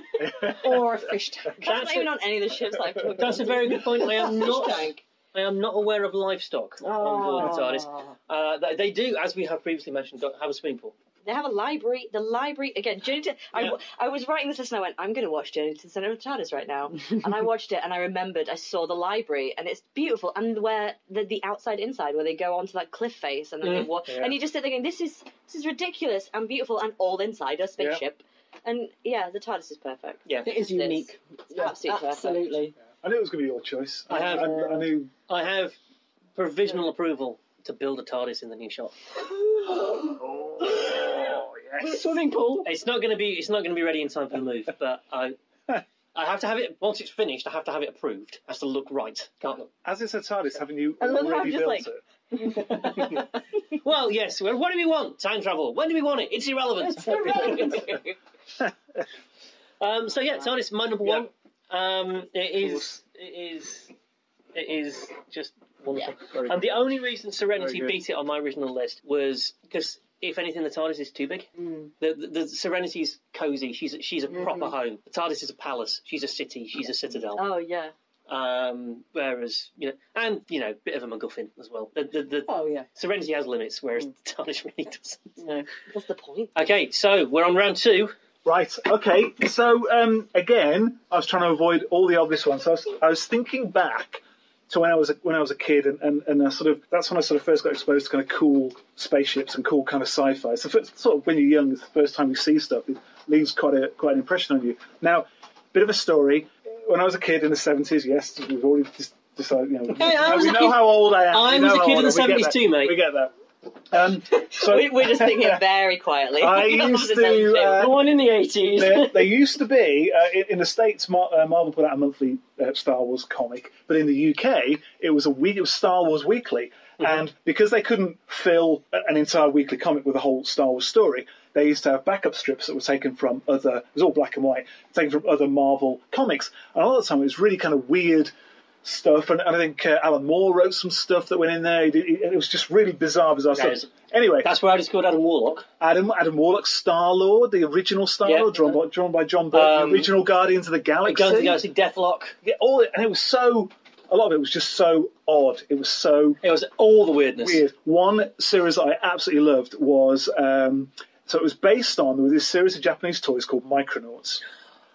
or a fish tank.
That's,
That's
not even
a-
on any of the ships I've talked
That's a very good point. I am not. I am not aware of livestock on board
Ah.
the TARDIS. Uh, they- they do, as we have previously mentioned, got- have a swimming pool.
They have a library. The library again. Journey to. I,
Yeah.
I was writing this list and I went. I'm going to watch Journey to the Center of the TARDIS right now. and I watched it and I remembered. I saw the library and it's beautiful. And where the, the outside inside where they go onto that cliff face and then they
Mm,
walk
yeah.
and you just sit there going, this is this is ridiculous and beautiful and all inside a spaceship. And yeah, the TARDIS is perfect.
Yeah,
It is
This.
unique.
absolutely perfect.
absolutely.
I knew it was going to be your choice.
I have,
I, I knew.
I have provisional approval to build a TARDIS in the new shop.
Oh,
Swimming pool.
It's not going to be. It's not going to be ready in time for the move. But I, I have to have it once it's finished. I have to have it approved. It has to look right. Can't look.
As it's a TARDIS, haven't you
I love how I'm
already
just
built
like-
it?
Well, yes. Well, what do we want? Time travel. When do we want it? It's irrelevant.
It's irrelevant.
um, so yeah, TARDIS, my number
Yeah.
one. Um, it is. It is. It is just wonderful.
Very
And the only reason Serenity
Very good.
beat it on my original list was because, if anything, the TARDIS is too big. The, the, the Serenity's cozy. She's a- she's a proper home. The TARDIS is a palace. She's a city. She's a citadel.
Oh yeah.
Um, whereas you know, and you know, bit of a MacGuffin as well. The, the, the
Oh yeah.
Serenity has limits, whereas the TARDIS really doesn't.
No.
What's the point?
Okay, so we're on round two.
Right. Okay. So um, again, I was trying to avoid all the obvious ones. I was, I was thinking back to when I was a, when I was a kid, and, and, and I sort of that's when I sort of first got exposed to kind of cool spaceships and cool kind of sci-fi. So for, sort of when you're young, it's the first time you see stuff, it leaves quite a quite an impression on you. Now, bit of a story. When I was a kid in the seventies, yes, we've already just decided. You know,
I was
we
a
know
kid-
how old I am.
I
We
was
know
a
how
kid in
old
the
I am. We get
70s
that.
too, mate.
We get that. Um, so
We, we're just thinking very quietly.
I
That was the
used
sense
to.
too.
Uh,
one in the eighties.
there, there used to be uh, in, in the states Mar- uh, marvel put out a monthly uh, star wars comic but in the uk it was a week it was star wars weekly and because they couldn't fill a- an entire weekly comic with a whole star wars story they used to have backup strips that were taken from other it was all black and white taken from other marvel comics and a lot of the time it was really kind of weird stuff and, and i think uh, alan moore wrote some stuff that went in there He did- it, it was just really bizarre bizarre
Yes.
stuff anyway
That's where I discovered Adam Warlock.
Adam Adam Warlock, Star Lord, the original Star Lord,
Yeah.
drawn by drawn by John Byrne,
Um,
the original Guardians of the
Guns
Galaxy.
and Galaxy, Deathlock.
Yeah, all and it was so. A lot of it was just so odd. It was so
It was all the weirdness.
weird. One series that I absolutely loved was um, so it was based on there was this series of Japanese toys called Micronauts.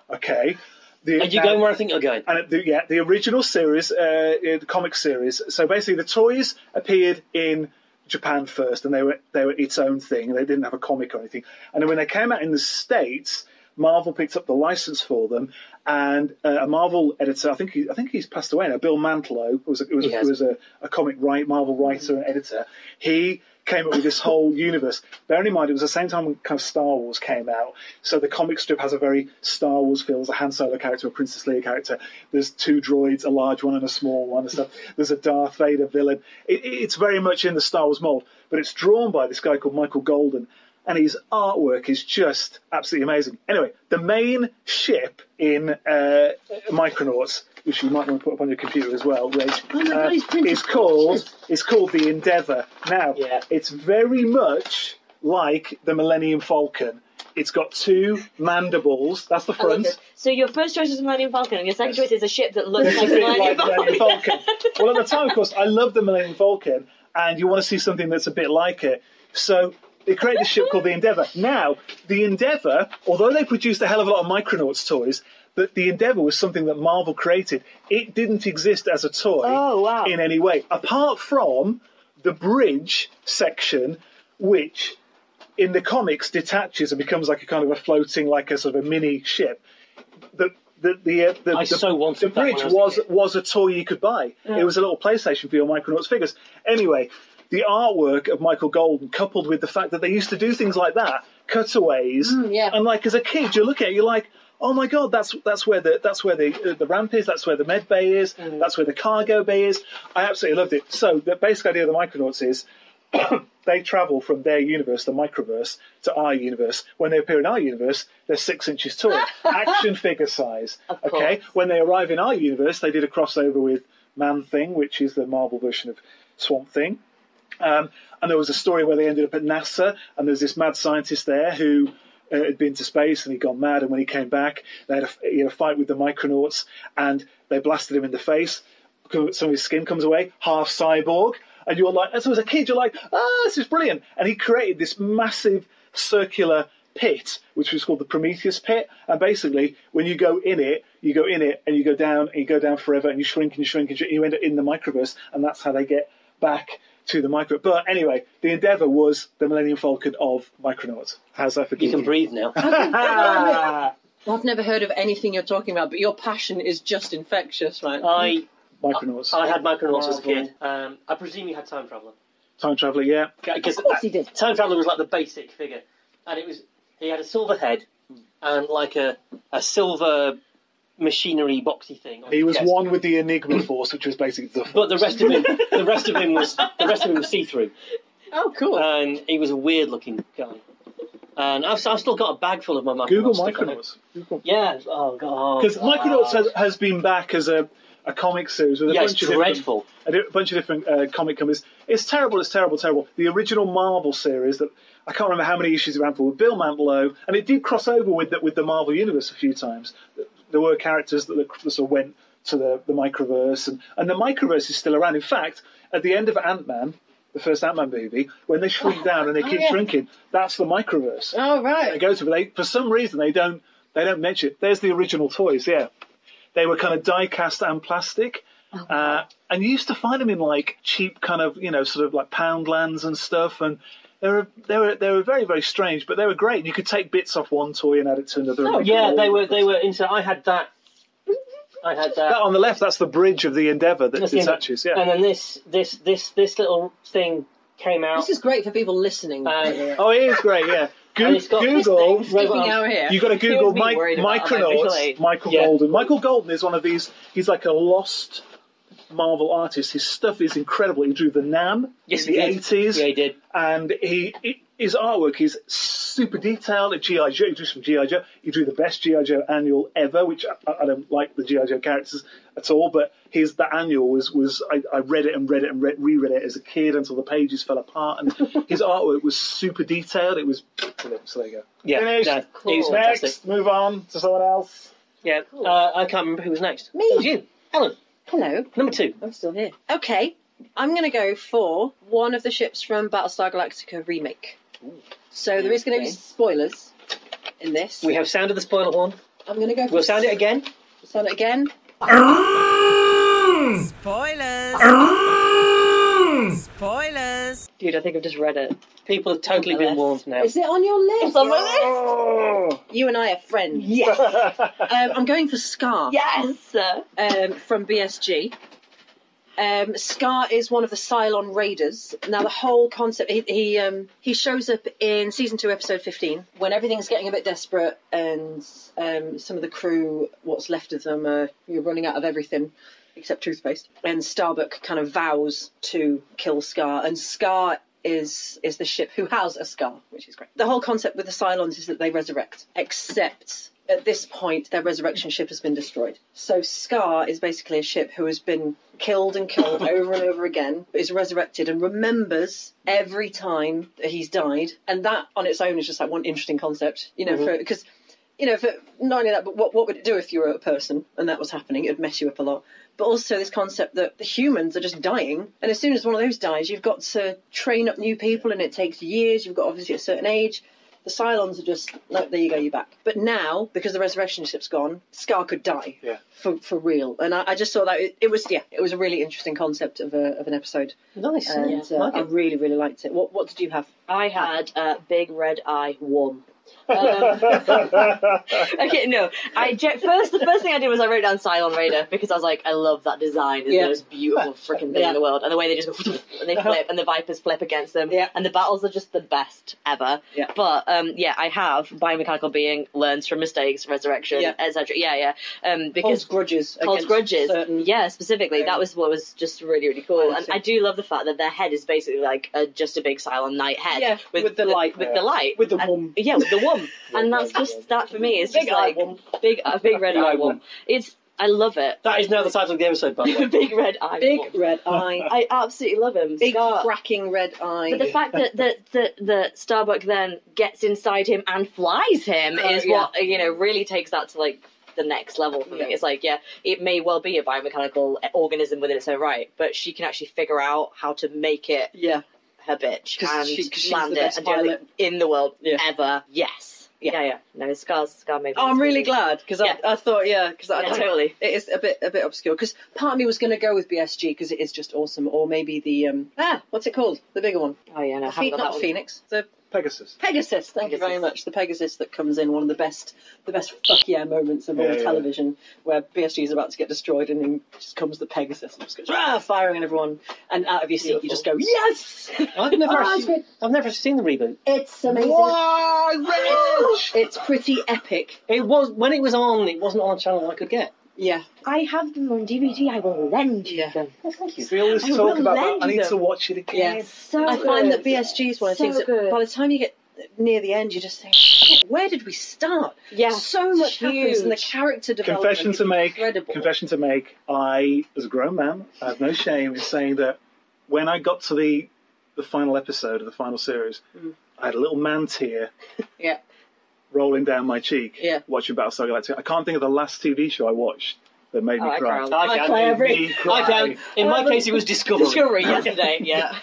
Okay, the,
Are you
now-
going where I think you're going?
and it- the, yeah, the original series, uh, uh, the comic series. So basically, the toys appeared in Japan first, and they were they were its own thing. They didn't have a comic or anything. And then when they came out in the states, Marvel picked up the license for them, and uh, a Marvel editor, I think he, I think he's passed away now. Bill Mantlo who was a, who was,
He has.
who was a, a comic write Marvel writer and editor. He came up with this whole universe. Bearing in mind, it was the same time when kind of Star Wars came out, so the comic strip has a very Star Wars feel. There's a Han Solo character, a Princess Leia character. There's two droids, a large one and a small one, and stuff. There's a Darth Vader villain. It, it- it's very much in the Star Wars mold, but it's drawn by this guy called Michael Golden, and his artwork is just absolutely amazing. Anyway, the main ship in uh, Micronauts, which you might want to put up on your computer as well, Rach,
Oh,
uh, is called is called the Endeavour. Now,
Yeah.
it's very much like the Millennium Falcon. It's got two mandibles. That's the
I love
front.
it. So your first choice is a Millennium Falcon, and your second choice is a ship that looks like a
Really
Millennium
like the Millennium
Falcon.
Falcon. well, at the time, of course, I love the Millennium Falcon, and you want to see something that's a bit like it. So they created a ship called the Endeavour. Now, the Endeavour, although they produced a hell of a lot of Micronauts toys, but the Endeavour was something that Marvel created. It didn't exist as a toy
Oh, wow.
in any way, apart from the bridge section, which in the comics detaches and becomes like a kind of a floating, like a sort of a mini ship. The the the uh, the,
I
the,
so wanted
the
that when
bridge
I was a
was
kid.
was a toy you could buy. It was a little PlayStation for your Micronauts figures. Anyway, the artwork of Michael Golden, coupled with the fact that they used to do things like that, cutaways,
yeah.
and like as a kid, you look at it, you're like. Oh my God! That's that's where the that's where the uh, the ramp is. That's where the med bay is. That's where the cargo bay is. I absolutely loved it. So the basic idea of the Micronauts is they travel from their universe, the microverse, to our universe. When they appear in our universe, they're six inches tall, action figure size. okay. When they arrive in our universe, they did a crossover with Man Thing, which is the Marvel version of Swamp Thing. Um, and there was a story where they ended up at NASA, and there was this mad scientist there who uh, had been to space and he'd gone mad. And when he came back, they had a, he had a fight with the Micronauts, and they blasted him in the face. Some of his skin comes away, half cyborg. And you're like, as I was a kid, you're like, ah, this is brilliant. And he created this massive circular pit, which was called the Prometheus pit. And basically, when you go in it, you go in it and you go down and you go down forever and you shrink and you shrink and you, you end up in the microverse. And that's how they get back to the micro. But anyway, the endeavour was the Millennium Falcon of Micronauts. How's that for
You can breathe now.
I've never heard of anything you're talking about, but your passion is just infectious, right?
I
Micronauts.
I had micronauts as a kid. Um, I presume you had time traveler.
Time traveller, yeah.
Because
Of course he did.
Time Traveller was like the basic figure, and it was he had a silver head and like a a silver machinery boxy thing. on
He
his
was
chest.
one with the Enigma Force, which was basically the.
but the rest of him, the rest of him was the rest of him was see through,
oh, cool.
and he was a weird looking guy. And I've, I've still got a bag full of my Micronauts.
Google
stuff on it.
Micronauts. Google.
Yeah. Oh god.
Because
Oh,
Micronauts has, has been back as a, a comic series with a
Yeah,
bunch
it's
of different-
dreadful.
a di- bunch of different uh, comic companies. It's terrible. It's terrible. Terrible. The original Marvel series that I can't remember how many issues it ran for with Bill Mantlo, and it did cross over with the, with the Marvel universe a few times. There were characters that that sort of went to the, the microverse, and, and the microverse is still around. In fact, at the end of Ant Man. The first Ant Man movie, when they
Oh,
shrink down and they keep shrinking, that's the microverse
oh,
they
right.
go to, but they, for some reason they don't they don't mention it. There's the original toys, yeah. They were kind of die cast and plastic,
Oh,
uh, and you used to find them in like cheap kind of you know sort of like Poundlands and stuff, and they were they were they were very very strange, but they were great. You could take bits off one toy and add it to another. and make it
Oh, Yeah,
all-
they were they were into. I had that. I had that.
That on the left, that's the bridge of the Endeavour that
That's the end.
detaches. Oh, Yeah.
And then this this this this little thing came out. Uh,
This is great for people listening. by the way.
and
Oh, it is great. Yeah.
And
Go-
it's got this
Google.
thing
Sticking out here.
You got to Google
me
Mike,
worried about that
Micronauts.
visually.
Michael
Yeah.
Golden. Michael Golden is one of these. He's like a lost Marvel artist. His stuff is incredible. He drew the Nam
yes,
in
he
the
did.
eighties,
Yeah, he did.
and he, he- his artwork is super detailed. At GI Joe, he drew some GI Joe. He drew the best GI Joe annual ever, which I, I don't like the GI Joe characters at all. But his the annual was was I, I read it and read it and read, reread it as a kid until the pages fell apart. And his artwork was super detailed. It was brilliant. So there you go.
Yeah,
Finished.
no, he was
Cool.
fantastic.
Next, move on to someone else.
Yeah, uh, I can't remember who was next.
Me.
It was you, Helen.
Hello.
Number two.
I'm still here. Okay, I'm going to go for one of the ships from Battlestar Galactica remake. So there is going to be
Okay.
spoilers in this.
We have sounded the spoiler horn.
I'm going to go. For
We'll sound it again.
Sound it again.
Dude, I think I've just read it.
People have totally been
Yes.
warned now.
Is it on your list?
on my list.
Oh!
You and I are friends.
Yes.
Um, I'm going for Scar
Yes.
um, from BSG. Um, Scar is one of the Cylon Raiders. Now the whole concept he he, um, he shows up in season two, episode fifteen, when everything's getting a bit desperate and um, some of the crew, what's left of them, are you're running out of everything except toothpaste. And Starbuck kind of vows to kill Scar, and Scar is is the ship who has a Scar, which is great. The whole concept with the Cylons is that they resurrect, except at this point their resurrection ship has been destroyed. So Scar is basically a ship who has been killed and killed over and over again, but is resurrected and remembers every time that he's died. And that on its own is just like one interesting concept, you know, because you know, for not only that, but what, what would it do if you were a person and that was happening? It'd mess you up a lot. But also this concept that the humans are just dying, and as soon as one of those dies, you've got to train up new people, and it takes years. You've got obviously a certain age, The Cylons are just like, there you go, you're back. But now, because the resurrection ship's gone, Scar could die.
Yeah.
For, for real, and I, I just saw that it, it was yeah, it was a really interesting concept of a, of an episode,
Nice.
and
Yeah.
uh,
Like
I
it.
really really liked it. What what did you have?
I had uh, big red eye warm. Um, okay, no. I ge- first the first thing I did was I wrote down Cylon Raider because I was like, I love that design. It's
Yeah.
the most beautiful freaking thing
Yeah. Uh-huh.
in the world, and the way they just go and they flip, and the Vipers flip against them,
Yeah.
and the battles are just the best ever.
Yeah.
But um, yeah, I have biomechanical being learns from mistakes, resurrection,
Yeah.
etc. Yeah, yeah. Um, because
Holds grudges.
Holds
against
grudges.
Certain,
Yeah, specifically. That was what was just really, really cool.
I
And
see.
I do love the fact that their head is basically like a, just a big Cylon Knight head.
Yeah, with the light.
With
Yeah.
the light.
With the
And-
womb.
Yeah, with the womb. and that's just, that for me is just like big, a big red
Big
eye
eye
womb. It's, I love it.
That is now the title of the episode, by the way.
big red eye
Big
womb.
red eye.
I absolutely love him.
Big
Scar.
fracking red eye.
But the fact that the, the, the Starbuck then gets inside him and flies him
Oh,
is what, you know, really takes that to like the next level for
Yeah.
me. It's like, yeah, it may well be a biomechanical organism within its own right, but she can actually figure out how to make it
yeah,
her bitch
'Cause
and
she- 'cause she's
land
the
it
best
and do everything
pilot.
in the world
Yeah.
ever. Yes.
Yeah.
Yeah, yeah. No, Scar's, Scar made
oh,
this
I'm really
movie.
glad because
Yeah.
I, I thought yeah because I
Yeah,
don't-
totally.
It is a bit a bit obscure because part of me was going to go with BSG because it is just awesome, or maybe the um ah what's it called the bigger one,
Oh, yeah, no, I haven't
Fe-
got
not
that one.
Phoenix, the
Pegasus.
Pegasus. Thank you very
Pegasus.
much. The Pegasus that comes in one of the best the best fuck yeah moments of all
Yeah, yeah,
television where BSG is about to get destroyed and then just comes the Pegasus and just goes ah firing at everyone and out of your seat you just go yes
I've never,
Oh,
actually- I've never seen the reboot.
it's amazing. Oh,
Why, Rich?
It's pretty epic.
It was when it was on. It wasn't on a channel I could get.
Yeah.
I have them on DVD. I will lend you
Yeah.
them.
thank you.
We always
I
talk
will
about that.
lend
I
you
need to
them.
watch it again.
Yeah.
So
I find that
good.
BSG is one of the
So
things that
good.
by the time you get near the end, you just think, "Shit, where did we start?
Yeah.
so much happens, and the
huge.
character development.
Confession
is
to make.
Incredible.
Confession to make. I, as a grown man, I have no shame in saying that when I got to the the final episode of the final series, I had a little man tear
Yeah.
rolling down my cheek
Yeah.
watching Battlestar Galactica. I can't think of the last TV show I watched that made me
Oh, I
cry.
cried.
I
I
can.
cry
Made
every-
me
I
cry.
can. um, In my case, it was Discovery.
Discovery yesterday, yeah.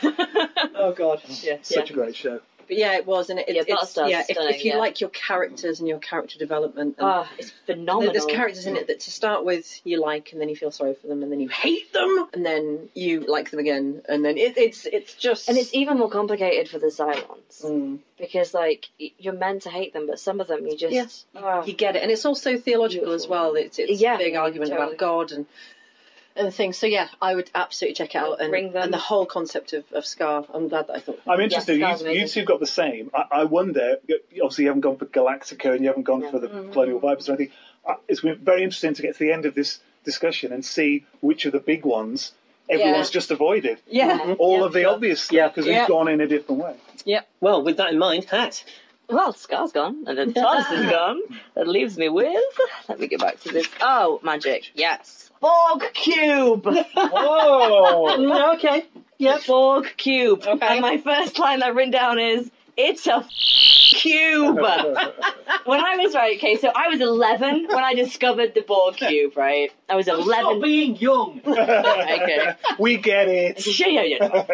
Oh god. Yeah.
Such a great show.
But yeah, it was, and it,
Yeah,
it's
Battlestar's
yeah. If, if
stunning,
you
yeah.
like your characters and your character development, and
oh, it's phenomenal.
There's characters in it that to start with you like, and then you feel sorry for them, and then you hate them, and then you like them again, and then it, it's it's just
And it's even more complicated for the Cylons
Mm.
because, like, y- you're meant to hate them, but some of them you just.
Yes.
Ah.
you get it, and it's also theological as well. It's, it's
Yeah,
a big argument
totally.
about God and and things. So yeah, I would absolutely check it out and
Bring them.
and the whole concept of, of scar. I'm glad that I thought.
I'm interested.
Scar's
you, you
amazing.
two got the same. I, I wonder. Obviously, you haven't gone for Galactica and you haven't gone
No.
for the Colonial Vipers or anything. Uh, It's been very interesting to get to the end of this discussion and see which of the big ones everyone's
Yeah.
just avoided.
Yeah.
All
Yeah.
of the obvious stuff
Yeah.
because
Yeah.
we've gone in a different way.
Well, with that in mind, hat.
Well, Scar's gone, and then Tars is gone. That leaves me with. Let me get back to this. Oh, magic. Yes. Borg Cube!
Oh,
okay.
Yep. Borg Cube.
Okay.
And my first line that I've written down is It's a cube! when I was right, okay, so I was 11 when I discovered the Borg Cube, right? I was 11.
Oh, being young.
Okay.
we get it.
yeah, yeah, yeah.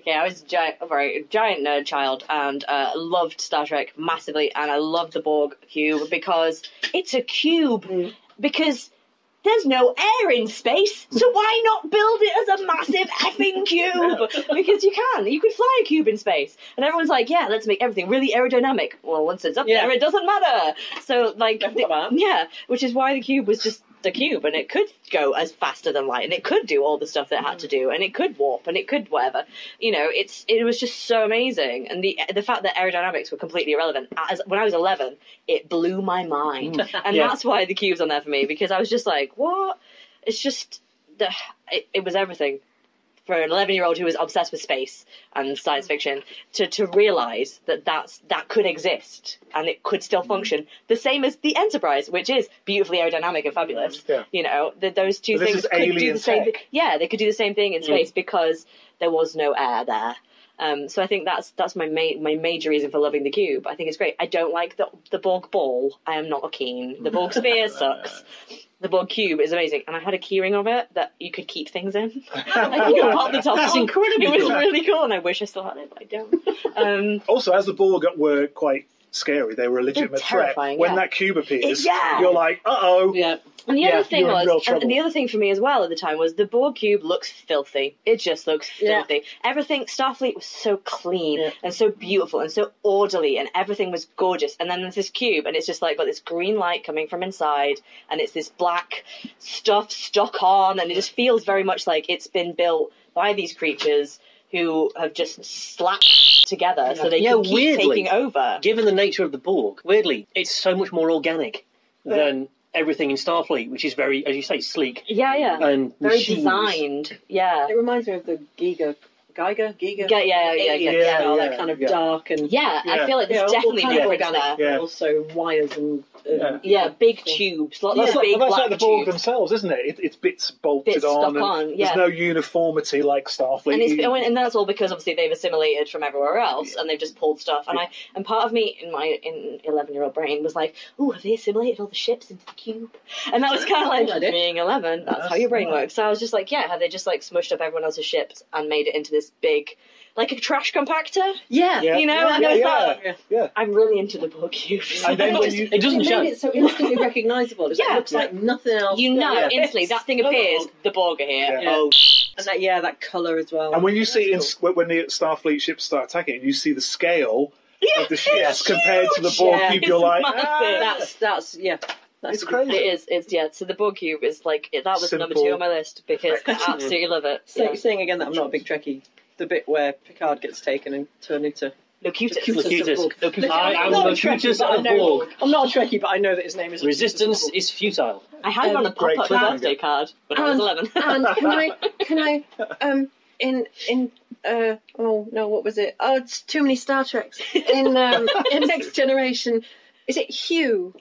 Okay, I was a giant, a very giant nerd child and uh, loved Star Trek massively, and I loved the Borg cube because it's a cube.
Mm.
Because there's no air in space, so why not build it as a massive effing cube? Because you can, you could fly a cube in space, and everyone's like, "Yeah, let's make everything really aerodynamic." Well, once it's up
Yeah.
there, it doesn't matter. So, like,
Definitely
the-
not.
yeah, which is why the cube was just the cube, and it could go as faster than light, and it could do all the stuff that it had to do, and it could warp, and it could whatever. You know, it's it was just so amazing, and the the fact that aerodynamics were completely irrelevant. As when I was eleven, it blew my mind, and
Yeah.
that's why the cube's on there for me because I was just like, what? It's just the it, it was everything for an 11 year old who was obsessed with space and science
Mm-hmm.
fiction to, to realize that that's, that could exist and it could
Mm-hmm.
still function the same as the enterprise which is beautifully aerdynamic and fabulous
Yeah.
you know that those two
But this
things
is
could do
alien
the same
tech. Mm.
thi- yeah they could do the same thing in space because there was no air there um, so I think that's that's my ma- my major reason for loving the cube. I think it's great. I don't like the the Borg ball. I am not keen. The Borg sphere sucks. The Borg cube is amazing, and I had a keyring of it that you could keep things in. Like, you could pop the top
That's
on.
incredibly
It was
cool.
really cool, and I wish I still had it, but I don't. Um,
Also, as the Borg were quite scary. They were a legitimate threat.
terrifying,
When
yeah.
that cube appears,
Yeah.
you're like, uh oh.
Yeah.
And the
Yeah,
other thing
you're in real
was,
trouble.
and the other thing for me as well at the time was the Borg cube looks filthy. It just looks
Yeah.
filthy. Everything Starfleet was so clean
Yeah.
and so beautiful and so orderly, and everything was gorgeous. And then there's this cube, and it's just like got this green light coming from inside, and it's this black stuff stuck on, and it just feels very much like it's been built by these creatures who have just slapped together so they
Yeah,
can keep
weirdly.
taking over.
Given the nature of the Borg, weirdly, it's so much more organic than everything in Starfleet, which is very, as you say, sleek
Yeah, yeah.
and
very
machines.
designed. Yeah.
It reminds me of the Giga, Geiger, Giga,
Yeah, yeah, yeah, yeah,
alien,
yeah,
you know,
yeah,
that kind of
yeah.
dark and
Yeah,
Yeah.
I feel like
you know,
there's definitely
all kind of
been
organic,
there.
Yeah.
also wires and
Yeah.
uh,
Yeah, big tubes, lots
That's
of
like,
big
that's
black
like the Borg
tubes.
themselves, isn't it? it? It's bits bolted
Bits
on.
stuck
and
on, yeah.
There's no uniformity like Starfleet.
And, it's,
You-
and that's all because obviously they've assimilated from everywhere else and they've just pulled stuff. And I and part of me in my in eleven year old brain was like, "Ooh, have they assimilated all the ships into the cube?" And that was kind of
Good
like
idea.
being eleven. That's, how
That's
your brain
right.
works. So I was just like, "Yeah, have they just like smushed up everyone else's ships and made it into this big, like a trash compactor?"
yeah.
Yeah.
You know,
yeah,
I know
yeah,
it's
yeah.
not- I'm really into the board cubes.
And then when
Just-
you,
It doesn't
They
show.
made it so instantly recognisable. It's like,
Yeah.
It looks like nothing else.
you know
Yeah.
instantly that thing appears. The Borg are here.
Yeah.
Oh,
And that, yeah, that colour as well.
and when you see it in,
That's
when the Starfleet ships start attacking, and you see the scale
yeah,
of the ships compared to the
huge.
Borg
Yeah.
cube, you're
It's
like,
massive.
"Ah."
that's that's yeah. That's
it's crazy.
It is. It's yeah. So the Borg cube is like it, that was number two
Simple.
on my list because I absolutely love it.
Say,
Yeah.
Saying again that I'm not a big Trekkie. The bit where Picard gets taken and turned into
Locutus.
Locutus.
Locutus.
Locutus. I am
Not a
Locutus
Trekkie, but I
of
know-
Borg.
I'm not a Trekkie, but I know that his name is
Resistance is futile.
I had
Um,
one on a
great
pop-up
cliffhanger.
birthday card when I was
And-
eleven.
and can I can I um in in uh oh no what was it oh it's too many Star Treks in um in Next Generation is it Hugh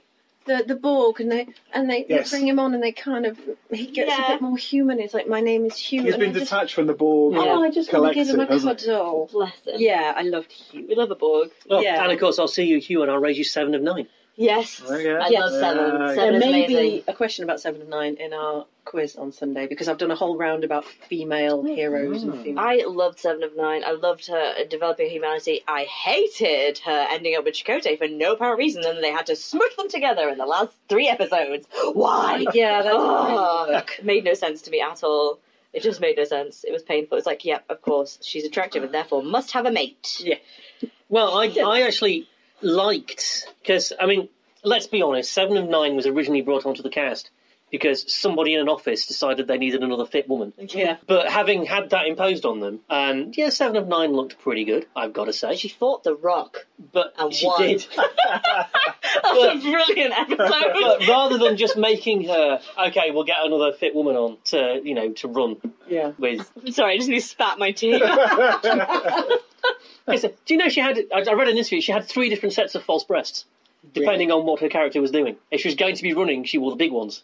the the Borg and they and they,
Yes.
they bring him on and they kind of he gets
Yeah.
a bit more human it's like my name is Hugh
He's
and
been
I just,
detached from the Borg.
oh I just want to give him a
collective, hasn't he?
cuddle
Bless it.
yeah I loved Hugh
We love a Borg.
Oh,
Yeah.
And of course, I'll see you, Hugh, and I'll raise you seven of nine.
Yes.
Oh, yeah.
I
Yes.
love Seven. Seven
Yeah,
there
is
may
amazing.
be a question about seven and nine in our quiz on Sunday because I've done a whole round about
Oh,
female heroes and female
I loved Seven of Nine. I loved her uh, developing humanity. I hated her ending up with Chakotay for no apparent reason, and they had to smush them together in the last three episodes.
Ah,
Why?
yeah that's
Oh, made no sense to me at all. It just made no sense. It was painful. It's like, yep, of course, she's attractive and therefore must have a mate.
Well, I, I actually liked because I mean, let's be honest. Seven of Nine was originally brought onto the cast because somebody in an office decided they needed another fit woman.
yeah
But having had that imposed on them, and yeah, Seven of Nine looked pretty good, I've got to say.
She fought The Rock.
but
and
she
won.
did.
That's a brilliant episode.
But rather than just making her, okay, we'll get another fit woman on to you know to run
yeah
with.
I'm sorry, I just need to spat my tea.
Okay, so, do you know she had? I I read an interview. She had three different sets of false breasts. Depending on what her character was doing, if she was going to be running, she wore the big ones.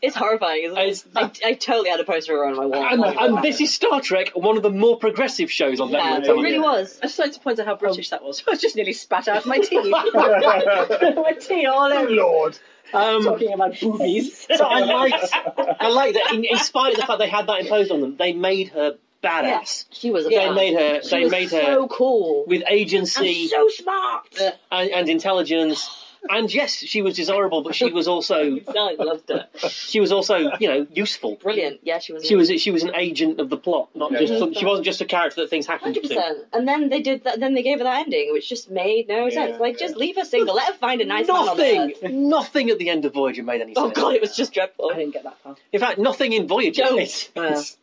It's horrifying, isn't it?
It's-
I, I totally had a poster of her on my wall.
And, and this is Star Trek, one of the more progressive shows on
yeah,
that
it
network.
really was.
I just like to point out how British that was. I just nearly spat out my tea. my tea all
oh
over.
Lord!
Um,
Talking about boobies.
so I liked, I liked that, in, in spite of the fact they had that imposed on them, they made her badass.
She was a
They made her. They made her
so cool.
with agency.
And so smart.
Yeah.
and, and intelligence. And yes, she was desirable, but she was also
I loved her.
she was also you know useful.
Brilliant. Yeah, she was.
She was she was an agent of the plot, not
Yeah.
just some, she wasn't just a character that things happened
Hundred
to.
percent. And then they did that. Then they gave her that ending, which just made no
Yeah,
sense. Like,
yeah.
just leave her single. Let her find a nice man on
Nothing,
Earth.
nothing at the end of Voyager made any sense.
Oh god, it was just dreadful.
I didn't get that far.
In fact, nothing in Voyager.
Don't.
is- is-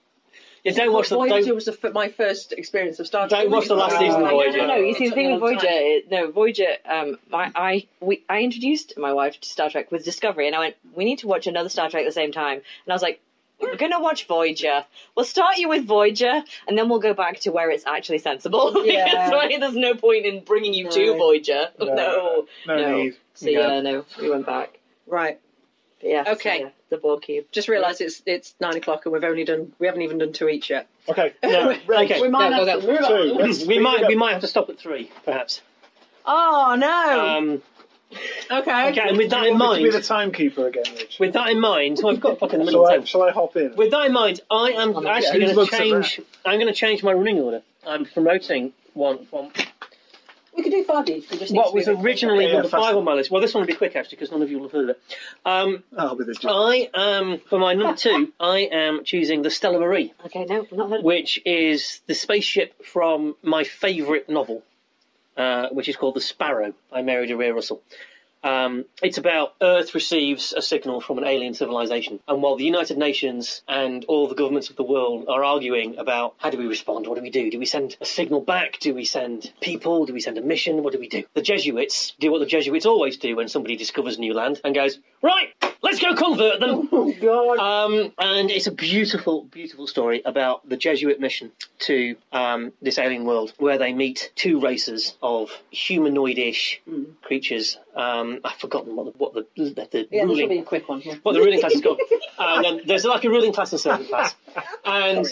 Yeah, don't watch the
Voyager
don't,
was the, f- my first experience of Star Trek.
don't watch the last
Uh,
season
Oh,
of
no,
Voyager.
No, no, no. You see, the thing with
Long time.
Voyager, is- no, Voyager. Um, I, I, we, I introduced my wife to Star Trek with Discovery, and I went, "We need to watch another Star Trek at the same time." And I was like, "We're gonna watch Voyager. We'll start you with Voyager, and then we'll go back to where it's actually sensible. because
Yeah.
like, there's no point in bringing you to
No.
Voyager.
No.
No,
No,
No.
need.
So
Yeah.
yeah. no, we went back.
Right.
But yeah. so,
Okay.
yeah, the Borg cube.
Just realised it's it's nine o'clock and we've only done we haven't even done two each yet.
Okay,
No, okay.
we might
Go, go,
have to move on.
two. Let's
We
speed it
might
up.
we might have to stop at three, perhaps.
Oh no!
Um,
Okay.
okay, and with that in
You want me to be the
mind,
timekeeper again, Rich.
with that in mind, well, I've got fucking the middle
Shall
of the
I,
table.
shall I hop in?
With that in mind, I am
Oh, no.
actually
Yeah, who
going to
looks at
change. I'm going to change my running order. I'm promoting one from
We could do five each. We just need
What
to be
was
a bit
originally
Yeah, yeah,
number
fast.
five on my list? Well, this one will be quick actually because none of you will have heard of it. Um,
Oh, with a G.
I am Um, for my number two. I am choosing the Stella Marie,
Okay, no, not heard of
which is the spaceship from my favourite novel, uh, which is called The Sparrow by Mary Dear Russell. Um, it's about Earth receives a signal from an alien civilization, and while the United Nations and all the governments of the world are arguing about how do we respond, what do we do? Do we send a signal back? Do we send people? Do we send a mission? What do we do? The Jesuits do what the Jesuits always do when somebody discovers new land and goes, right, let's go convert them.
Oh, God.
Um, and it's a beautiful, beautiful story about the Jesuit mission to um, this alien world where they meet two races of humanoid ish creatures. Um, I've forgotten what the, what the, the
Yeah, this will be
ruling.
a quick one. Yeah.
What the ruling class is called. and then there's like a ruling class and servant class. And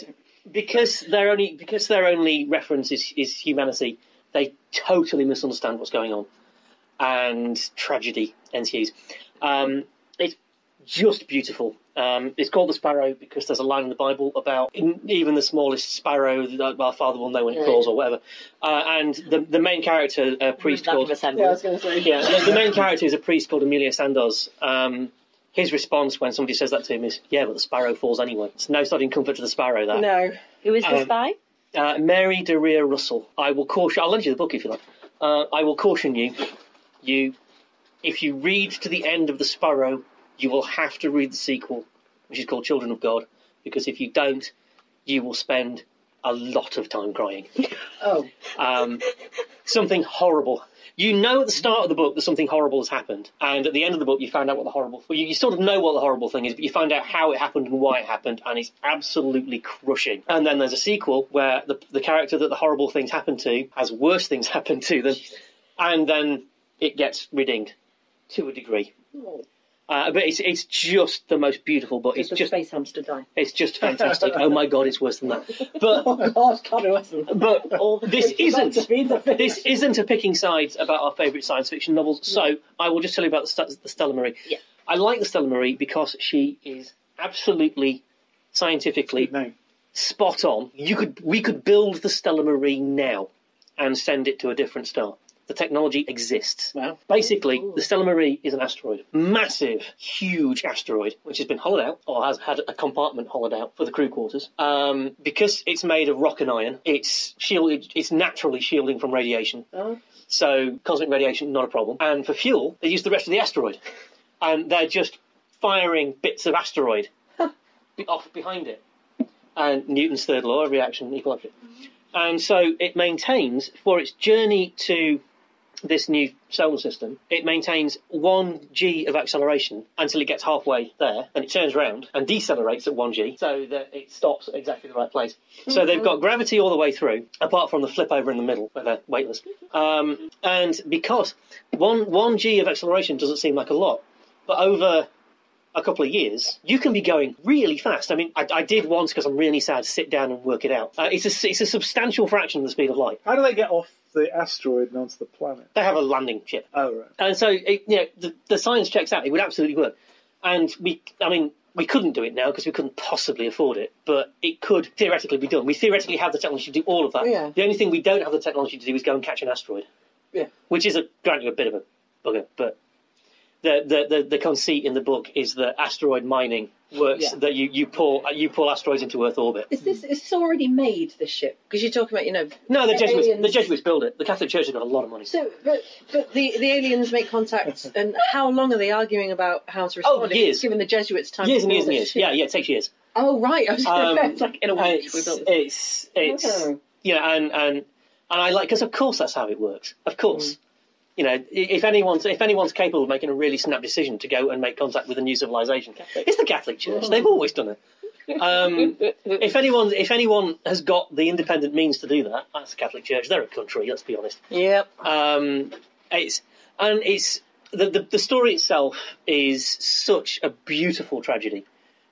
because their only because their only reference is, is humanity, they totally misunderstand what's going on, and tragedy ensues. Um, it's just beautiful. Um, it's called the sparrow because there's a line in the Bible about in, even the smallest sparrow that our Father will know when it calls or whatever. Uh, and the the main character, a priest
that
called
from a sentence.
Yeah, I was going to say.
yeah, the, the main character is a priest called Emilio Sandoz. Um, his response when somebody says that to him is, "Yeah, but the sparrow falls anyway." It's no starting comfort to the sparrow. That
No.
Who is the
Um,
spy?
uh, Mary Derea Russell. I will caution. I'll lend you the book if you like. Uh, I will caution you. You, if you read to the end of the Sparrow, you will have to read the sequel, which is called Children of God, because if you don't, you will spend a lot of time crying.
Oh.
Um, something horrible. You know at the start of the book that something horrible has happened, and at the end of the book you find out what the horrible. Well, you, you sort of know what the horrible thing is, but you find out how it happened and why it happened, and it's absolutely crushing. And then there's a sequel where the the character that the horrible things happened to has worse things happen to them, and then it gets redeemed to a degree. Uh, but it's it's just the most beautiful book.
It's
It's
the
just
space hamster die.
it's just fantastic. oh my god, it's worse than that. But
Oh God, God, it wasn't.
but this isn't
To be the thing.
this isn't a picking sides about our favourite science fiction novels, so I will just tell you about the, St- the Stella Marie.
Yeah.
I like the Stella Marie because she is absolutely scientifically
No.
spot on. You could we could build the Stella Marie now and send it to a different star. The technology exists.
Wow.
Basically, the Stella Marie is an asteroid, massive, huge asteroid, which has been hollowed out or has had a compartment hollowed out for the crew quarters. Um, because it's made of rock and iron, it's shielded. It's naturally shielding from radiation.
Oh.
So cosmic radiation, not a problem. And for fuel, they use the rest of the asteroid, and they're just firing bits of asteroid be- off behind it. And Newton's third law of reaction equal opposite. And so it maintains for its journey to this new solar system, it maintains one g of acceleration until it gets halfway there, and it turns round and decelerates at one g, so that it stops at exactly the right place. So they've got gravity all the way through, apart from the flip over in the middle where they're weightless. Um, and because one one g of acceleration doesn't seem like a lot, but over a couple of years, you can be going really fast. I mean, I, I did once because I'm really sad. Sit down and work it out. Uh, it's a it's a substantial fraction of the speed of light.
How do they get off the asteroid and onto the planet?
They have a landing ship.
Oh, right.
And so, it, you know, the, the science checks out. It would absolutely work. And we, I mean, we couldn't do it now because we couldn't possibly afford it, but it could theoretically be done. We theoretically have the technology to do all of that.
Oh, Yeah.
The only thing we don't have the technology to do is go and catch an asteroid.
Yeah.
Which is, a, granted, a bit of a bugger, but the, the, the, the conceit in the book is that asteroid mining works,
Yeah.
that you, you, pull, you pull asteroids into Earth orbit.
Is this is this already made? This ship because you're talking about you know.
No, the
The
Jesuits, the
aliens-
Jesuits build it. The Catholic Church has got a lot of money.
So, but but the, the aliens make contact, and how long are they arguing about how to respond?
Oh,
if
years.
It's given the Jesuits time.
Years
to
and years
build
and
this
years. Yeah,
ship.
yeah, it takes years.
Oh right, I was
Um,
it's like in a week we
it's
built this.
it's, it's
Okay.
yeah, and and and I like because of course that's how it works. Of course,
Mm.
you know, i- if anyone's if anyone's capable of making a really snap decision to go and make contact with a new civilization, it's the Catholic Church.
Mm.
They've always done it. Um, if anyone if anyone has got the independent means to do that, that's the Catholic Church. They're a country. Let's be honest.
Yep.
Um, it's and it's the, the the story itself is such a beautiful tragedy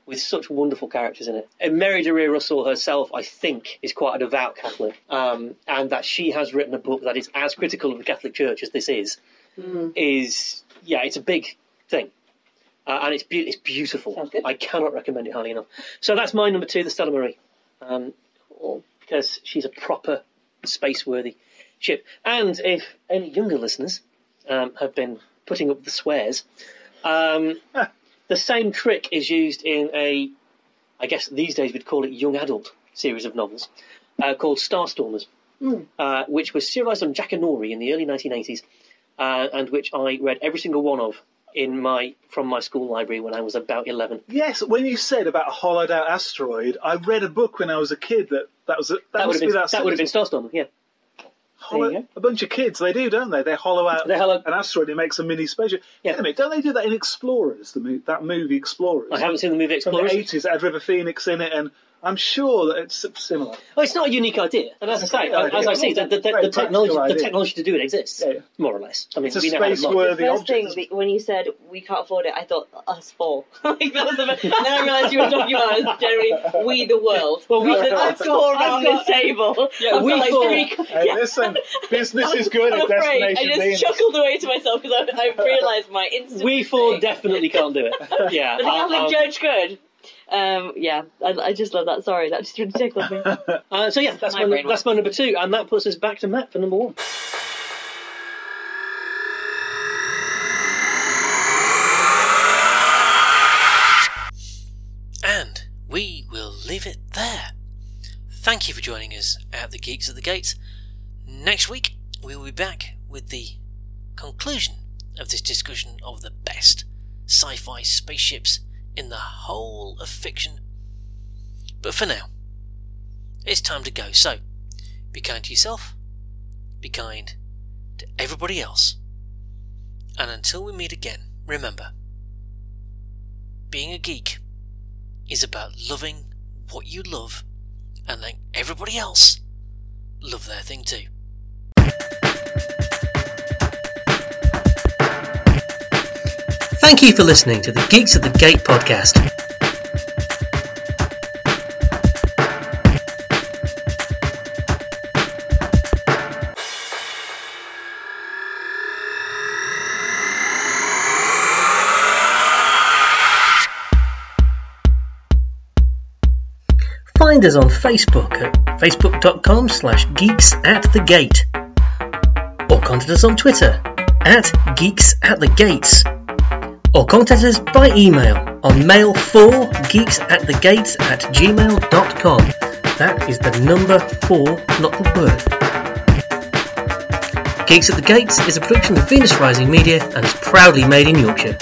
with such wonderful characters in it. And Mary Derea Russell herself, I think, is quite a devout Catholic, um, and that she has written a book that is as critical of the Catholic Church as this is
Hmm.
is yeah, it's a big thing. Uh, and it's, be- it's beautiful.
Sounds good.
I cannot recommend it highly enough. So that's my number two, the Stella Marie, um, because she's a proper space worthy ship. And if any younger listeners um, have been putting up the swears, um, the same trick is used in a, I guess these days we'd call it young adult series of novels uh, called Starstormers,
Hmm.
uh, which was serialized on Jackanory in the early 1980s, uh, and which I read every single one of in my from my school library when I was about 11.
Yes, when you said about a hollowed out asteroid, I read a book when I was a kid that that was a, that,
That would
must
have been
be
that,
that.
would have been Starstormer, yeah.
hollow-
there you go.
a bunch of kids. They do, don't they? They hollow out
They hollow-
an asteroid. It makes a mini spaceship.
Yeah.
Wait a minute, don't they do that in Explorers? The mo- that movie Explorers.
I haven't seen the movie
from the
Explorers.
eighties. Had River Phoenix in it, and I'm sure that it's similar.
Well, it's not a unique idea, and as I say,
great idea.
as I see, the, the, the,
Very
the technology,
practical
the
idea.
technology to do it exists,
Yeah, yeah.
more or less. I mean,
It's a
we know how to mod it.
space-worthy
First thing
object.
we- when you said we can't afford it, I thought us four. like that was the. And then I realised you were talking about us generally. We the world.
Well, we-
us four around this table.
Yeah,
I've
we
got, like,
four.
three-
Hey, listen, business is good at
I'm afraid. I
Destination
just
Venus.
chuckled away to myself because I, I realised my instant.
We four
mistake.
definitely can't do it. Yeah,
The
I'll-
Catholic
I'll-
Church could. Um, yeah, I, I just love that. Sorry, that just really tickled me.
uh, so yeah, that's
My
my,
brain
that's my number two, and that puts us back to Matt for number one.
And we will leave it there. Thank you for joining us at the Geeks at the Gates. Next week, we will be back with the conclusion of this discussion of the best sci fi spaceships in the whole of fiction. But for now, it's time to go, so be kind to yourself, be kind to everybody else, and until we meet again, remember being a geek is about loving what you love and letting everybody else love their thing too.
Thank you for listening to the Geeks at the Gate podcast. Find us on Facebook at facebook.com slash geeks at the gate or contact us on Twitter at geeks at the gates or contact us by email on mail4 geeks at the gates at gmail.com. That is the number four, not the word. Geeks at the Gates is a production of Venus Rising Media and is proudly made in Yorkshire.